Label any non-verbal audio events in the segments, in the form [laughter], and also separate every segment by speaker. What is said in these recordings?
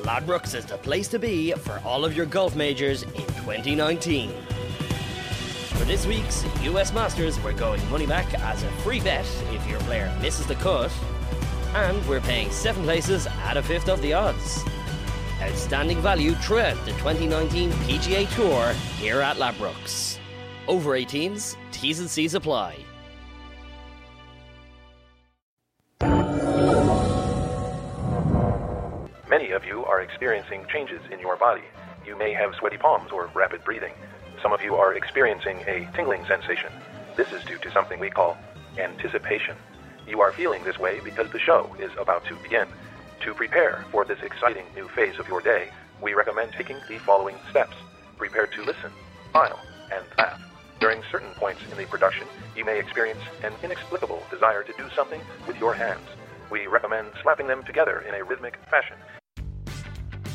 Speaker 1: Ladbrokes is the place to be for all of your golf majors in 2019. For this week's US Masters, we're going money back as a free bet if your player misses the cut, and we're paying seven places at a fifth of the odds. Outstanding value throughout the 2019 PGA Tour here at Ladbrokes. Over 18s, T's and C's apply.
Speaker 2: Many of you are experiencing changes in your body. You may have sweaty palms or rapid breathing. Some of you are experiencing a tingling sensation. This is due to something we call anticipation. You are feeling this way because the show is about to begin. To prepare for this exciting new phase of your day, we recommend taking the following steps. Prepare to listen, smile, and laugh. During certain points in the production, you may experience an inexplicable desire to do something with your hands. We recommend slapping them together in a rhythmic fashion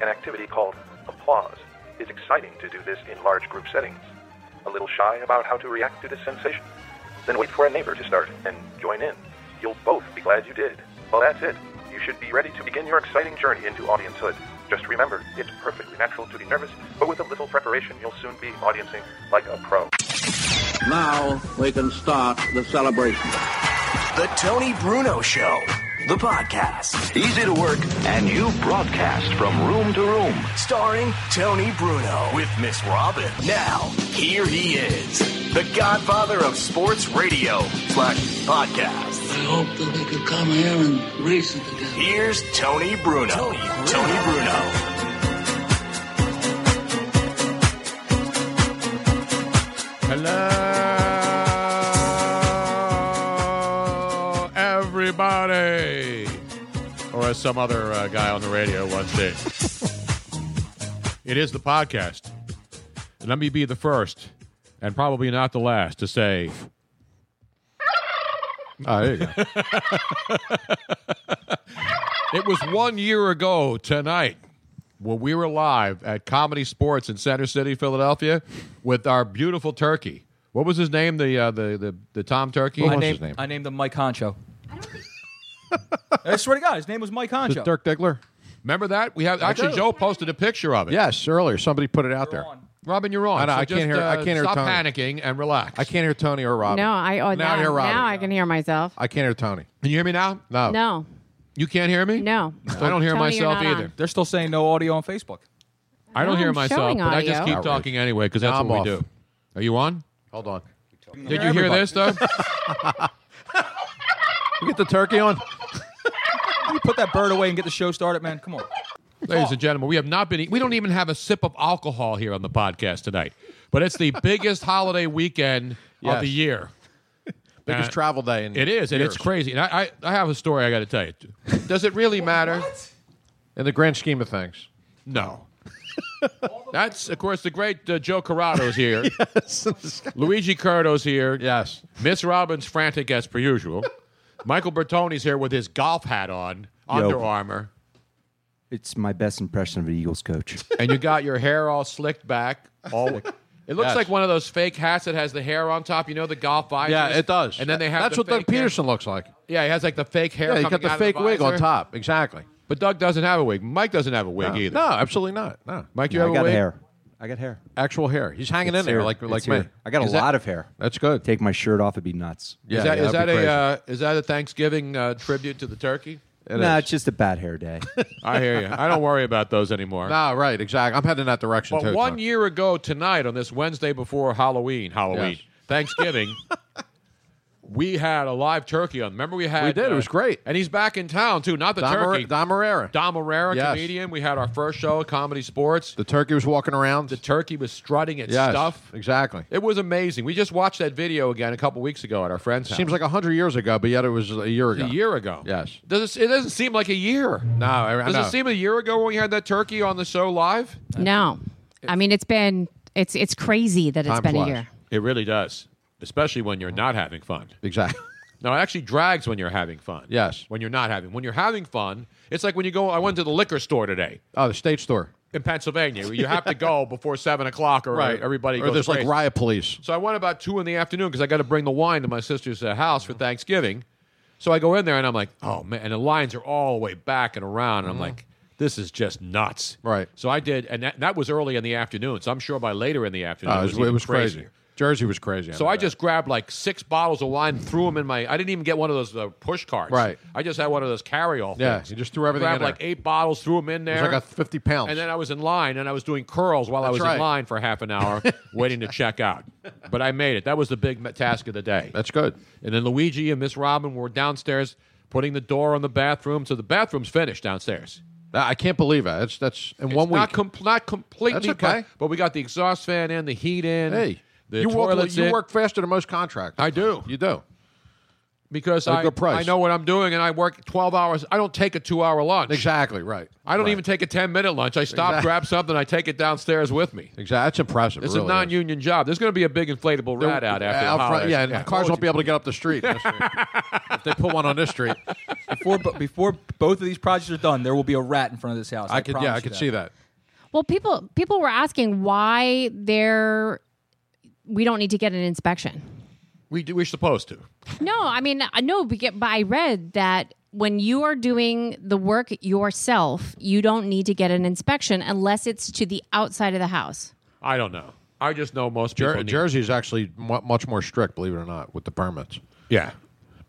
Speaker 2: An activity called applause is exciting to do this in large group settings. A little shy about how to react to this sensation? Then wait for a neighbor to start and join in. You'll both be glad you did. Well, that's it. You should be ready to begin your exciting journey into audiencehood. Just remember, it's perfectly natural to be nervous, but with a little preparation, you'll soon be audiencing like a pro.
Speaker 3: Now we can start the celebration.
Speaker 4: The Tony Bruno Show, the podcast. Easy to work, and you broadcast from room to room. Starring Tony Bruno with Miss Robin. Now, here he is, the godfather of sports radio slash podcasts.
Speaker 5: I hope that they could come here and race it again.
Speaker 4: Here's Tony Bruno. Tony, Bruno.
Speaker 6: Hello, everybody. Or as some other uh, guy on the radio once did. it is the podcast. And let me be the first, and probably not the last, to say.
Speaker 7: Oh, there you go.
Speaker 6: It was one year ago tonight when we were live at Comedy Sports in Center City, Philadelphia, with our beautiful turkey. What was his name? The uh, the, the the Tom Turkey.
Speaker 7: What was his name?
Speaker 8: I named him Mike Honcho. I swear to God, his name was Mike
Speaker 7: Is it
Speaker 8: Honcho.
Speaker 7: Dirk Diggler?
Speaker 6: Remember that? We have actually
Speaker 8: do.
Speaker 6: Joe posted a picture of it.
Speaker 7: Yes, earlier somebody put it out
Speaker 8: They're
Speaker 7: there.
Speaker 8: on.
Speaker 6: Robin, you're on.
Speaker 7: I know,
Speaker 6: So
Speaker 7: I can't
Speaker 6: just,
Speaker 7: hear-
Speaker 6: uh,
Speaker 7: I can't hear
Speaker 6: Stop
Speaker 7: Tony.
Speaker 6: panicking and relax.
Speaker 7: I can't hear Tony or Robin.
Speaker 9: No, I oh,
Speaker 7: now
Speaker 9: now,
Speaker 7: I hear Robin.
Speaker 9: now I can hear myself.
Speaker 7: I can't hear Tony.
Speaker 6: Can you hear me now?
Speaker 7: No,
Speaker 9: No,
Speaker 6: You can't hear me?
Speaker 2: [laughs]
Speaker 9: no.
Speaker 6: I don't hear
Speaker 9: Tell me you're
Speaker 6: myself
Speaker 9: not on.
Speaker 6: either.
Speaker 8: They're still saying no audio on Facebook.
Speaker 6: I don't
Speaker 9: No,
Speaker 6: hear
Speaker 9: I'm
Speaker 6: myself,
Speaker 9: showing
Speaker 6: but I just
Speaker 9: audio.
Speaker 6: keep
Speaker 9: Outrage.
Speaker 6: talking anyway because that's
Speaker 7: Now I'm
Speaker 6: what we
Speaker 7: off.
Speaker 6: do. Are you on?
Speaker 7: Hold on.
Speaker 6: Did you hear this
Speaker 7: [laughs]
Speaker 6: though?
Speaker 7: You get the turkey on.
Speaker 8: Can you put that bird away and get the show started, man? Come on.
Speaker 2: Ladies and gentlemen, we have not been. e-, We don't even have a sip of alcohol here on the podcast tonight, but it's the [laughs] biggest holiday weekend of
Speaker 5: Yes.
Speaker 2: the year.
Speaker 5: Biggest
Speaker 2: Uh,
Speaker 5: travel day in
Speaker 2: It is, and it's
Speaker 5: years.
Speaker 2: crazy. And I, I, I have a story I got to tell you.
Speaker 5: Does it really matter? In the grand scheme of things.
Speaker 2: No. [laughs] That's of course the great uh, Joe Corrado's
Speaker 5: [laughs]
Speaker 2: here. Luigi Curto's here. Yes. Miss Robbins frantic as per usual. Michael Bertoni's here with his golf hat on,
Speaker 9: Yo.
Speaker 2: Under Armour,
Speaker 9: It's my best impression of an Eagles coach.
Speaker 2: [laughs] and you got your hair all slicked back. All [laughs] it looks
Speaker 5: Yes.
Speaker 2: like one of those fake hats that has the hair on top. You know the golf visors.
Speaker 5: Yeah, it does.
Speaker 2: And then they have
Speaker 5: That's
Speaker 2: the
Speaker 5: what Doug
Speaker 2: fake hair-
Speaker 5: Peterson looks like.
Speaker 2: Yeah, he has like the fake hair.
Speaker 5: Yeah, he
Speaker 2: coming
Speaker 5: got the
Speaker 2: out of
Speaker 5: fake wig on
Speaker 2: visor.
Speaker 5: top. Exactly.
Speaker 2: But Doug doesn't have a wig. Mike doesn't have a wig
Speaker 5: No.
Speaker 2: either.
Speaker 5: No, absolutely not. No.
Speaker 2: Mike, you
Speaker 5: No, I
Speaker 2: have a
Speaker 5: got
Speaker 2: wig?
Speaker 5: hair.
Speaker 9: I got hair.
Speaker 5: Actual hair. He's hanging
Speaker 9: It's
Speaker 5: in there
Speaker 9: here.
Speaker 5: like like
Speaker 9: It's
Speaker 5: me.
Speaker 9: here. I got a
Speaker 5: Is that-
Speaker 9: lot of hair.
Speaker 5: That's good.
Speaker 9: Take my shirt off; it'd be nuts.
Speaker 5: Yeah,
Speaker 2: is that,
Speaker 5: yeah,
Speaker 2: is that
Speaker 5: that'd be
Speaker 2: a
Speaker 5: crazy.
Speaker 2: uh, is that a Thanksgiving uh, tribute to the turkey?
Speaker 9: nah, it's just a bad hair day.
Speaker 2: [laughs] I hear you. I don't worry about those anymore.
Speaker 5: No, right, exactly. I'm heading in that direction
Speaker 2: But
Speaker 5: too.
Speaker 2: one
Speaker 5: Tom.
Speaker 2: year ago tonight, on this Wednesday before Halloween, Halloween,
Speaker 5: Yes. [laughs]
Speaker 2: Thanksgiving, we had a live turkey on. Remember, we had
Speaker 5: We did. It was great.
Speaker 2: and he's back in town too. Not the
Speaker 5: Dom Herrera-
Speaker 2: turkey,
Speaker 5: Dom Herrera.
Speaker 2: Dom Herrera,
Speaker 5: Yes.
Speaker 2: comedian. We had our first show, at Comedy Sports.
Speaker 5: The turkey was walking around.
Speaker 2: The turkey was strutting its
Speaker 5: Yes,
Speaker 2: stuff.
Speaker 5: Exactly.
Speaker 2: It was amazing. We just watched that video again a couple weeks ago at our friend's house.
Speaker 5: Seems like a hundred years ago, but yet it was a year
Speaker 2: It's
Speaker 5: ago.
Speaker 2: a year ago.
Speaker 5: Yes.
Speaker 2: Does it, it doesn't seem like a year.
Speaker 5: No, I, I
Speaker 2: Does
Speaker 5: know.
Speaker 2: it seem a year ago when we had that turkey on the show live?
Speaker 10: No, I mean it's been it's it's crazy that it's
Speaker 2: Time
Speaker 10: been
Speaker 2: flies.
Speaker 10: a year.
Speaker 2: It really does, especially when you're not having fun.
Speaker 5: Exactly.
Speaker 2: No, it actually drags when you're having fun.
Speaker 5: Yes.
Speaker 2: When you're not having. When you're having fun, it's like when you go. I went to the liquor store today
Speaker 5: Oh, the state store.
Speaker 2: in Pennsylvania. You have to
Speaker 5: [laughs]
Speaker 2: go before seven o'clock, or everybody.
Speaker 5: Or
Speaker 2: goes
Speaker 5: there's like
Speaker 2: crazy.
Speaker 5: riot police.
Speaker 2: So I went about two in the afternoon because I got to bring the wine to my sister's uh, house for Thanksgiving. So I go in there and I'm like, oh man, and the lines are all the way back and around, and I'm like, this is just nuts.
Speaker 5: Mm-hmm. Right.
Speaker 2: So I did, and that, that was early in the afternoon. So I'm sure by later in the afternoon,
Speaker 5: Oh,
Speaker 2: it was, even
Speaker 5: crazy.
Speaker 2: crazier.
Speaker 5: Jersey was crazy.
Speaker 2: So
Speaker 5: know
Speaker 2: I
Speaker 5: that.
Speaker 2: just grabbed like six bottles of wine, threw them in my. I didn't even get one of those uh, push carts.
Speaker 5: Right.
Speaker 2: I just had one of those carry-all.
Speaker 5: Yeah,
Speaker 2: things.
Speaker 5: you just threw everything
Speaker 2: Grabbed
Speaker 5: in there.
Speaker 2: like eight bottles, threw them in there.
Speaker 5: it was like a fifty pounds.
Speaker 2: And then I was in line, and I was doing curls while I
Speaker 5: That's
Speaker 2: was in
Speaker 5: right.
Speaker 2: line for half an
Speaker 5: [laughs]
Speaker 2: hour, waiting to check out. But I made it. That was the big ma- task of the day.
Speaker 5: That's good.
Speaker 2: And then Luigi and Miss Robin were downstairs putting the door on the bathroom, so the bathroom's finished downstairs.
Speaker 5: I can't believe that. That's that's in one
Speaker 2: It's
Speaker 5: week.
Speaker 2: not, com- not completely,
Speaker 5: That's okay.
Speaker 2: cut, but we got the exhaust fan in, the heat in.
Speaker 5: hey,
Speaker 2: the
Speaker 5: you work
Speaker 2: toilets
Speaker 5: you
Speaker 2: in.
Speaker 5: work faster than most contractors.
Speaker 2: I do.
Speaker 5: You do.
Speaker 2: because
Speaker 5: At a
Speaker 2: I,
Speaker 5: good
Speaker 2: I
Speaker 5: price.
Speaker 2: know what I'm doing and I work 12 hours. I don't take a two hour lunch.
Speaker 5: Exactly right.
Speaker 2: I don't
Speaker 5: Right.
Speaker 2: even take a 10 minute lunch. I stop,
Speaker 5: Exact-
Speaker 2: grab something, I take it downstairs with me.
Speaker 5: Exactly. That's impressive.
Speaker 2: It's
Speaker 5: it really
Speaker 2: a non
Speaker 5: is.
Speaker 2: union job. There's going to be a big inflatable rat out after the
Speaker 5: Out front,
Speaker 2: holidays.
Speaker 5: yeah, and cars won't be able to get up the street this week. if they put one on this street.
Speaker 4: Before, but before both of these projects are done, there will be a rat in front of this house. I,
Speaker 5: I could,
Speaker 4: promise
Speaker 5: yeah, I
Speaker 4: you
Speaker 5: could
Speaker 4: that.
Speaker 5: see that.
Speaker 10: Well, people people were asking why there we don't need to get an inspection.
Speaker 2: We do, we're supposed to.
Speaker 10: No, I mean I know, but get- but I read that when you are doing the work yourself, you don't need to get an inspection unless it's to the outside of the house.
Speaker 2: I don't know. I just know most people.
Speaker 5: Jer-
Speaker 2: need-
Speaker 5: Jersey is actually mu much more strict, believe it or not, with the permits.
Speaker 2: yeah.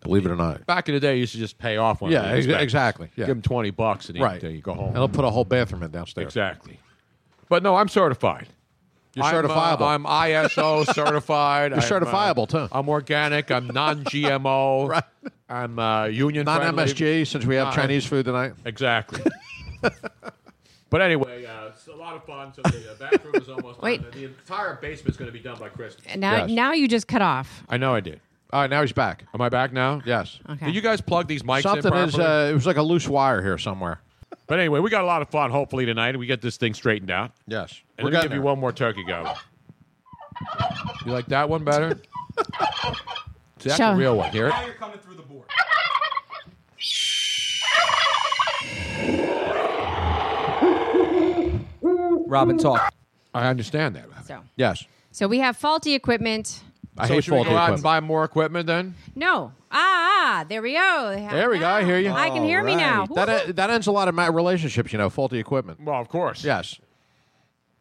Speaker 5: Believe it or not.
Speaker 2: Back in the day, you used to just pay off one.
Speaker 5: Yeah,
Speaker 2: of the
Speaker 5: ex-
Speaker 2: inspectors.
Speaker 5: exactly. Yeah.
Speaker 2: Give them 20 bucks and
Speaker 5: Right.
Speaker 2: you, you go home.
Speaker 5: And they'll put a whole bathroom in downstairs.
Speaker 2: Exactly. But no, I'm certified.
Speaker 5: You're
Speaker 2: I'm, uh,
Speaker 5: certifiable.
Speaker 2: I'm ISO certified.
Speaker 5: You're
Speaker 2: I'm,
Speaker 5: certifiable, too.
Speaker 2: uh, I'm organic. I'm non-GMO.
Speaker 5: [laughs] Right.
Speaker 2: I'm uh, union
Speaker 5: Not
Speaker 2: friendly.
Speaker 5: MSG, since we have
Speaker 2: Uh,
Speaker 5: Chinese food tonight.
Speaker 2: Exactly. but anyway, uh, it's a lot of fun. So the uh, bathroom is almost
Speaker 10: Wait.
Speaker 2: done. The entire basement's going to be done by Christmas.
Speaker 10: And now
Speaker 5: Yes.
Speaker 10: now you just cut off.
Speaker 2: I know I did.
Speaker 5: All right, now he's back.
Speaker 2: Am I back now?
Speaker 5: Yes.
Speaker 10: Okay.
Speaker 2: Did you guys plug these mics
Speaker 5: Something
Speaker 2: in properly?
Speaker 5: is, uh, it was like a loose wire here somewhere.
Speaker 2: but anyway, we got a lot of fun. Hopefully tonight, and we get this thing straightened out.
Speaker 5: Yes.
Speaker 2: And We're gonna give you one more turkey go. You like that one
Speaker 5: [laughs]
Speaker 2: better? See, that's
Speaker 10: Sure.
Speaker 2: a real one. Hear it?
Speaker 4: Now you're coming through the board. Robin, talk.
Speaker 2: I understand that.
Speaker 10: So
Speaker 5: Yes.
Speaker 10: so we have faulty equipment.
Speaker 5: I
Speaker 2: so
Speaker 5: hate
Speaker 2: should we
Speaker 5: faulty
Speaker 2: go out and
Speaker 5: equipment.
Speaker 2: buy more equipment then?
Speaker 10: No. Ah, ah, there we go. They have
Speaker 5: There we go. I
Speaker 10: now.
Speaker 5: hear you.
Speaker 10: I can hear me now.
Speaker 5: That, that ends a lot of my relationships, you know, faulty equipment.
Speaker 2: Well, of course.
Speaker 5: Yes.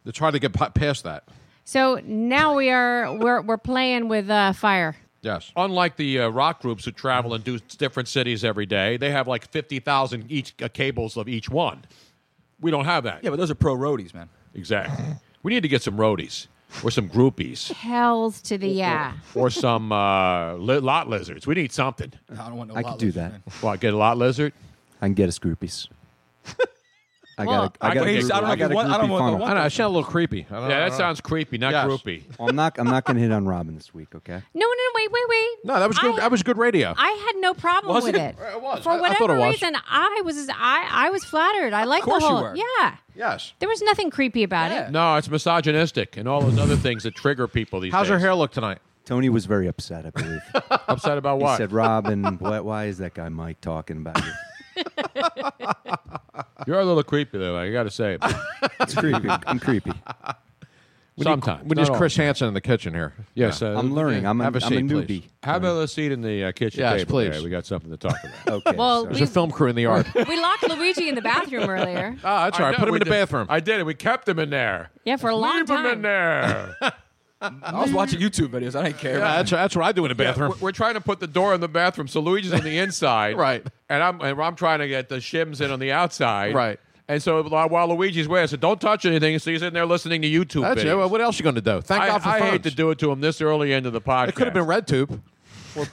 Speaker 5: It's hard to get pa- past that.
Speaker 10: So now we are we're we're playing with uh, fire.
Speaker 5: Yes.
Speaker 2: Unlike the uh, rock groups who travel and do different cities every day, they have like 50,000 each uh, cables of each one. We don't have that.
Speaker 4: Yeah, but those are pro roadies, man.
Speaker 2: Exactly. We need to get some roadies or some groupies
Speaker 10: Hells to the yeah.
Speaker 2: or some uh, li- lot lizards. We need something.
Speaker 4: I don't want no
Speaker 9: I could do that.
Speaker 2: Well, get a lot lizard.
Speaker 9: I can get us groupies. I
Speaker 10: Well-
Speaker 9: got. I got.
Speaker 2: Wait, I don't know
Speaker 9: I
Speaker 2: if
Speaker 9: got
Speaker 2: you
Speaker 9: a
Speaker 2: want- I don't
Speaker 9: groupie
Speaker 2: know if I
Speaker 9: funnel.
Speaker 2: want I don't know, it sounded
Speaker 5: a little creepy. I don't-
Speaker 2: yeah,
Speaker 5: I
Speaker 2: that
Speaker 5: don't know.
Speaker 2: sounds creepy, not groupy.
Speaker 9: Well, I'm not. I'm not going to hit on Robin this week.
Speaker 2: [laughs]
Speaker 9: Okay.
Speaker 10: No, no, no, wait, wait, wait.
Speaker 9: No, that was good-
Speaker 10: I,
Speaker 9: that was good radio.
Speaker 10: I had no problem
Speaker 9: Was
Speaker 10: with
Speaker 9: it?
Speaker 10: it.
Speaker 9: It was.
Speaker 10: For
Speaker 9: I- I thought it
Speaker 10: whatever
Speaker 9: was.
Speaker 10: reason, I was I, I was flattered. I like the
Speaker 2: course you
Speaker 10: whole
Speaker 2: were.
Speaker 10: yeah.
Speaker 2: Yes.
Speaker 10: There was nothing creepy about it.
Speaker 2: No, it's misogynistic and all those other things that trigger people these
Speaker 9: How's
Speaker 2: days.
Speaker 9: her hair
Speaker 5: look tonight?
Speaker 9: Tony was very upset. I believe.
Speaker 2: [laughs] Upset about
Speaker 9: He
Speaker 2: what?
Speaker 9: said, "Robin, why, why is that guy Mike talking about you?"
Speaker 2: You're a little creepy, though. I got to [laughs] say,
Speaker 9: it's creepy. I'm creepy.
Speaker 5: We need-
Speaker 2: Sometimes
Speaker 5: we
Speaker 2: not
Speaker 5: need Chris
Speaker 2: all.
Speaker 5: Hansen in the kitchen here.
Speaker 2: Yes,
Speaker 5: Yeah.
Speaker 2: uh,
Speaker 5: have a seat, please.
Speaker 2: Have a seat in the uh, kitchen
Speaker 5: Yes,
Speaker 2: table.
Speaker 5: please.
Speaker 2: there. we got something to talk about.
Speaker 9: okay,
Speaker 10: Well,
Speaker 5: There's a film crew in the yard.
Speaker 10: [laughs] We locked Luigi in the bathroom
Speaker 2: [laughs]
Speaker 10: earlier.
Speaker 2: Oh, that's
Speaker 5: I
Speaker 2: right.
Speaker 5: know,
Speaker 2: Put him
Speaker 5: we
Speaker 2: in the
Speaker 5: did.
Speaker 2: bathroom. I did it. We kept him in there.
Speaker 10: Yeah, for a long
Speaker 2: Leave
Speaker 10: time.
Speaker 2: him in there.
Speaker 4: I was watching YouTube videos. I didn't care.
Speaker 2: Yeah, that's-
Speaker 5: that's what I do in a
Speaker 2: Yeah, we're, we're trying to put the door in the bathroom, so Luigi's on
Speaker 5: [laughs]
Speaker 2: the inside, right? And I'm and I'm trying to get the shims in on the outside,
Speaker 5: Right.
Speaker 2: And so while while Luigi's away, I said, "Don't touch anything." So he's in there listening to YouTube.
Speaker 5: That's it.
Speaker 2: videos.
Speaker 5: Well, What else you going to do? Thank
Speaker 2: I,
Speaker 5: God for
Speaker 2: I
Speaker 5: phones.
Speaker 2: hate to do it to him this early into the podcast.
Speaker 5: It could have been RedTube.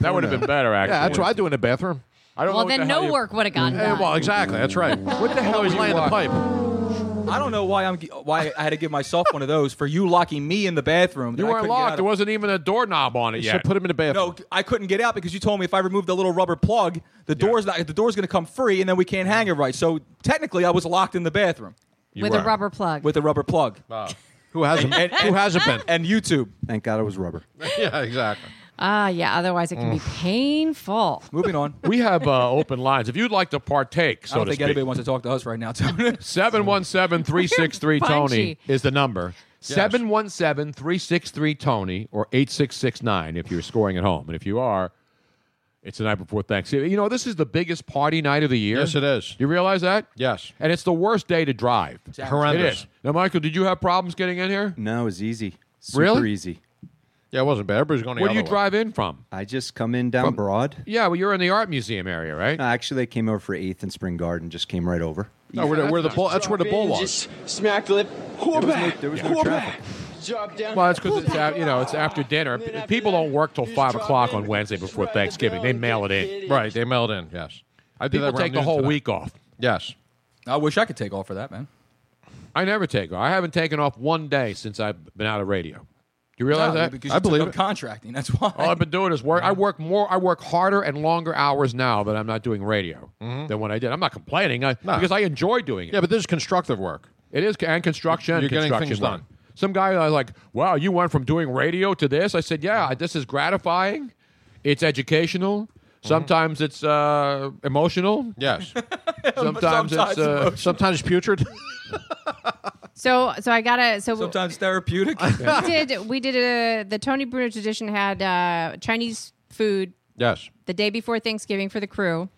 Speaker 2: That would have been better, actually.
Speaker 5: Yeah, that's what I do in the bathroom.
Speaker 2: I don't know
Speaker 10: well,
Speaker 2: what
Speaker 10: then
Speaker 2: the hell
Speaker 10: no
Speaker 2: you-
Speaker 10: work would have gotten
Speaker 5: Hey,
Speaker 10: done.
Speaker 5: well, exactly. That's right. What the hell
Speaker 4: were
Speaker 5: was
Speaker 4: you
Speaker 5: laying the
Speaker 4: watching?
Speaker 5: pipe?
Speaker 4: I don't know why I'm why I had to give myself one of those for you locking me in the bathroom.
Speaker 2: You
Speaker 4: I
Speaker 2: weren't
Speaker 4: couldn't get out
Speaker 2: locked.
Speaker 4: of-
Speaker 2: There wasn't even a doorknob on it
Speaker 4: You
Speaker 2: yet.
Speaker 4: should put
Speaker 5: him in the
Speaker 4: No, I couldn't get out because you told me if I removed the little rubber plug, the door's not the door's going to come free, and then we can't hang it right. So technically, I was locked in the bathroom
Speaker 10: With a rubber plug.
Speaker 4: with a rubber plug.
Speaker 5: [laughs] Who hasn't?
Speaker 4: And,
Speaker 5: who hasn't been?
Speaker 4: And YouTube.
Speaker 9: Thank God it was rubber.
Speaker 5: yeah, exactly.
Speaker 10: Ah, yeah. Otherwise, it can be
Speaker 2: Mm.
Speaker 10: painful.
Speaker 2: [laughs]
Speaker 4: Moving on.
Speaker 2: We have uh,
Speaker 5: oh,
Speaker 2: open lines. If you'd like to partake, so
Speaker 4: I don't
Speaker 2: to
Speaker 4: think
Speaker 2: speak,
Speaker 4: anybody wants to talk to us right now. Tony.
Speaker 2: 717 363 Tony
Speaker 4: punchy.
Speaker 2: is the number. 717 363 Tony or 8669 if you're scoring at home. And if you are, [laughs] it's the night before Thanksgiving. You know, this is the biggest party night of the year.
Speaker 5: Yes, it is.
Speaker 2: You realize that?
Speaker 5: Yes.
Speaker 2: And it's the worst day to drive.
Speaker 5: Horrendous.
Speaker 2: It is. Now, Michael, did you have problems getting in here?
Speaker 9: No, it was easy. Super
Speaker 2: Really?
Speaker 9: easy.
Speaker 5: Yeah, it wasn't bad. Everybody's going.
Speaker 2: Where do you drive in from?
Speaker 9: I just come in down Broad.
Speaker 2: Yeah, well, you're in the art museum area, right?
Speaker 9: No, actually, I came over for Eighth and Spring Garden. Just came right over.
Speaker 5: No, where the, where the bull? That's where the bull was.
Speaker 11: Smack lip. Whoa
Speaker 9: There was no-
Speaker 11: back.
Speaker 9: there was no
Speaker 11: Whoa
Speaker 9: traffic.
Speaker 11: back. Drop down.
Speaker 2: Well, it's because it's af- you know it's after dinner. P- People don't work till five o'clock on Wednesday before Thanksgiving. They mail it in.
Speaker 5: Right, they mailed in. Yes, I
Speaker 2: People
Speaker 5: around
Speaker 2: take the
Speaker 5: noon
Speaker 2: whole
Speaker 5: tonight.
Speaker 2: week off.
Speaker 5: Yes,
Speaker 4: I wish I could take off for that, man.
Speaker 2: I never take off. I haven't taken off one day since I've been out of radio. You realize
Speaker 4: No,
Speaker 2: that?
Speaker 4: because you took up contracting. That's why.
Speaker 2: All I've been doing is work. I work more. I work harder and longer hours now that I'm not doing radio
Speaker 5: Mm-hmm.
Speaker 2: than when I did. I'm not complaining I, because I enjoy doing it.
Speaker 5: Yeah, but this is constructive work.
Speaker 2: It is and construction.
Speaker 5: You're getting
Speaker 2: construction
Speaker 5: things
Speaker 2: work.
Speaker 5: done.
Speaker 2: Some guy I was like, "Wow, you went from doing radio to this." I said, "Yeah, this is gratifying. It's educational. Sometimes it's uh, emotional.
Speaker 5: Yes.
Speaker 2: sometimes,
Speaker 4: Sometimes
Speaker 2: it's uh,
Speaker 4: emotional.
Speaker 5: sometimes putrid.
Speaker 10: So, so I gotta. So
Speaker 4: Sometimes
Speaker 10: [laughs]
Speaker 4: therapeutic.
Speaker 10: we did. We did a, the Tony Bruno tradition had uh, Chinese food
Speaker 5: Yes,
Speaker 10: the day before Thanksgiving for the crew.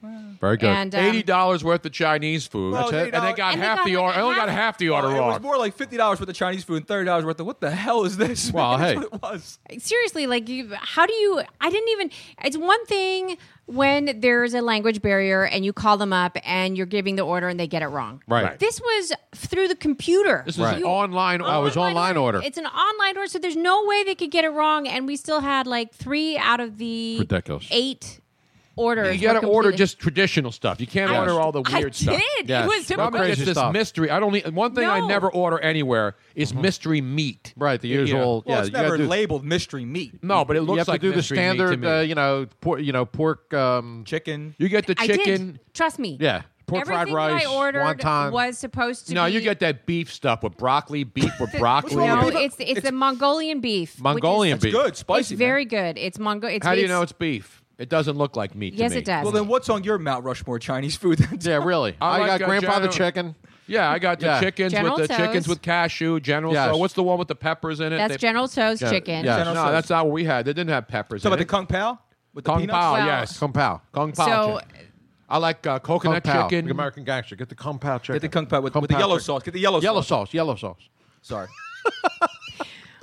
Speaker 5: very good.
Speaker 10: And, um,
Speaker 2: Eighty dollars worth of Chinese food,
Speaker 4: Well,
Speaker 2: and they got
Speaker 10: And they
Speaker 2: half
Speaker 10: got
Speaker 2: the
Speaker 10: like
Speaker 2: order. I only got half the order
Speaker 4: it was
Speaker 2: wrong.
Speaker 4: more like fifty dollars worth of Chinese food and thirty dollars worth of what the hell is this?
Speaker 5: Well,
Speaker 4: That's
Speaker 5: hey.
Speaker 4: what it was.
Speaker 10: Seriously, like, you, how do you? I didn't even. It's one thing when there's a language barrier and you call them up and you're giving the order and they get it wrong.
Speaker 5: Right.
Speaker 10: This was through the computer.
Speaker 2: This is an online.
Speaker 5: Oh, it was online order.
Speaker 10: It's an online order, so there's no way they could get it wrong, and we still had like three out of the
Speaker 5: Ridiculous.
Speaker 10: eight orders.
Speaker 2: You got to
Speaker 10: were
Speaker 2: order
Speaker 10: completely-
Speaker 2: just traditional stuff. You can't
Speaker 10: I-
Speaker 2: order all the
Speaker 10: I
Speaker 2: weird stuff.
Speaker 10: did. It Yes. was
Speaker 2: Robin
Speaker 10: crazy
Speaker 2: gets this
Speaker 5: stuff.
Speaker 2: mystery. I don't. Need, one thing I
Speaker 10: No.
Speaker 2: never order anywhere is mystery meat.
Speaker 5: Right, the
Speaker 2: You know.
Speaker 5: usual.
Speaker 4: Well,
Speaker 5: yeah,
Speaker 4: it's
Speaker 5: you gotta
Speaker 4: never
Speaker 5: do-
Speaker 4: labeled mystery meat.
Speaker 2: No, but it looks
Speaker 5: you have
Speaker 2: like
Speaker 5: to do the
Speaker 2: mystery meat to
Speaker 5: standard,
Speaker 2: me.
Speaker 5: uh, you know, por- you know, pork. Um,
Speaker 4: Chicken.
Speaker 2: you get the
Speaker 10: I
Speaker 2: chicken.
Speaker 10: did. Trust me.
Speaker 5: yeah, pork
Speaker 10: Everything
Speaker 5: fried rice,
Speaker 10: that I ordered
Speaker 5: wonton.
Speaker 10: was supposed to.
Speaker 2: No,
Speaker 10: be,
Speaker 2: you get that beef stuff with broccoli, beef [laughs] with broccoli.
Speaker 10: No, it's it's the Mongolian beef. which is-
Speaker 2: Mongolian beef.
Speaker 4: Good, spicy.
Speaker 10: It's
Speaker 4: man.
Speaker 10: very good. It's Mongo. It's,
Speaker 2: How do you
Speaker 10: it's-
Speaker 2: know it's beef? It doesn't look like meat. to
Speaker 10: Yes,
Speaker 2: me.
Speaker 10: it does.
Speaker 4: Well, then what's on your Mount Rushmore Chinese food?
Speaker 5: yeah, really. I,
Speaker 2: like,
Speaker 5: got
Speaker 2: uh,
Speaker 5: grandfather
Speaker 2: general-
Speaker 5: chicken.
Speaker 2: Yeah, I got the
Speaker 5: Yeah.
Speaker 2: chickens
Speaker 10: General
Speaker 2: with the chickens
Speaker 10: Tso's.
Speaker 2: with cashew. General.
Speaker 5: Yes.
Speaker 2: So what's the one with the peppers in it?
Speaker 10: that's
Speaker 2: They-
Speaker 10: General Tso's
Speaker 5: Yeah,
Speaker 10: chicken.
Speaker 2: No,
Speaker 5: yeah.
Speaker 4: General Tso's.
Speaker 2: that's not what we had. They didn't have peppers.
Speaker 4: So
Speaker 2: in
Speaker 4: about the
Speaker 2: it.
Speaker 4: kung pao with the
Speaker 2: Kung
Speaker 4: peanuts.
Speaker 2: Pao,
Speaker 10: Well-
Speaker 2: yes.
Speaker 5: Kung Pao.
Speaker 2: Kung Pao.
Speaker 10: So
Speaker 2: chicken. I like uh,
Speaker 5: Kung
Speaker 2: coconut
Speaker 5: Pao.
Speaker 2: chicken.
Speaker 5: American gangster. Get the Kung Pao chicken.
Speaker 4: Get the kung pao with,
Speaker 5: Kung
Speaker 4: with the
Speaker 5: Pao
Speaker 4: yellow
Speaker 5: chicken.
Speaker 4: sauce. Get the yellow,
Speaker 5: Yellow sauce. Yellow sauce.
Speaker 4: Sorry.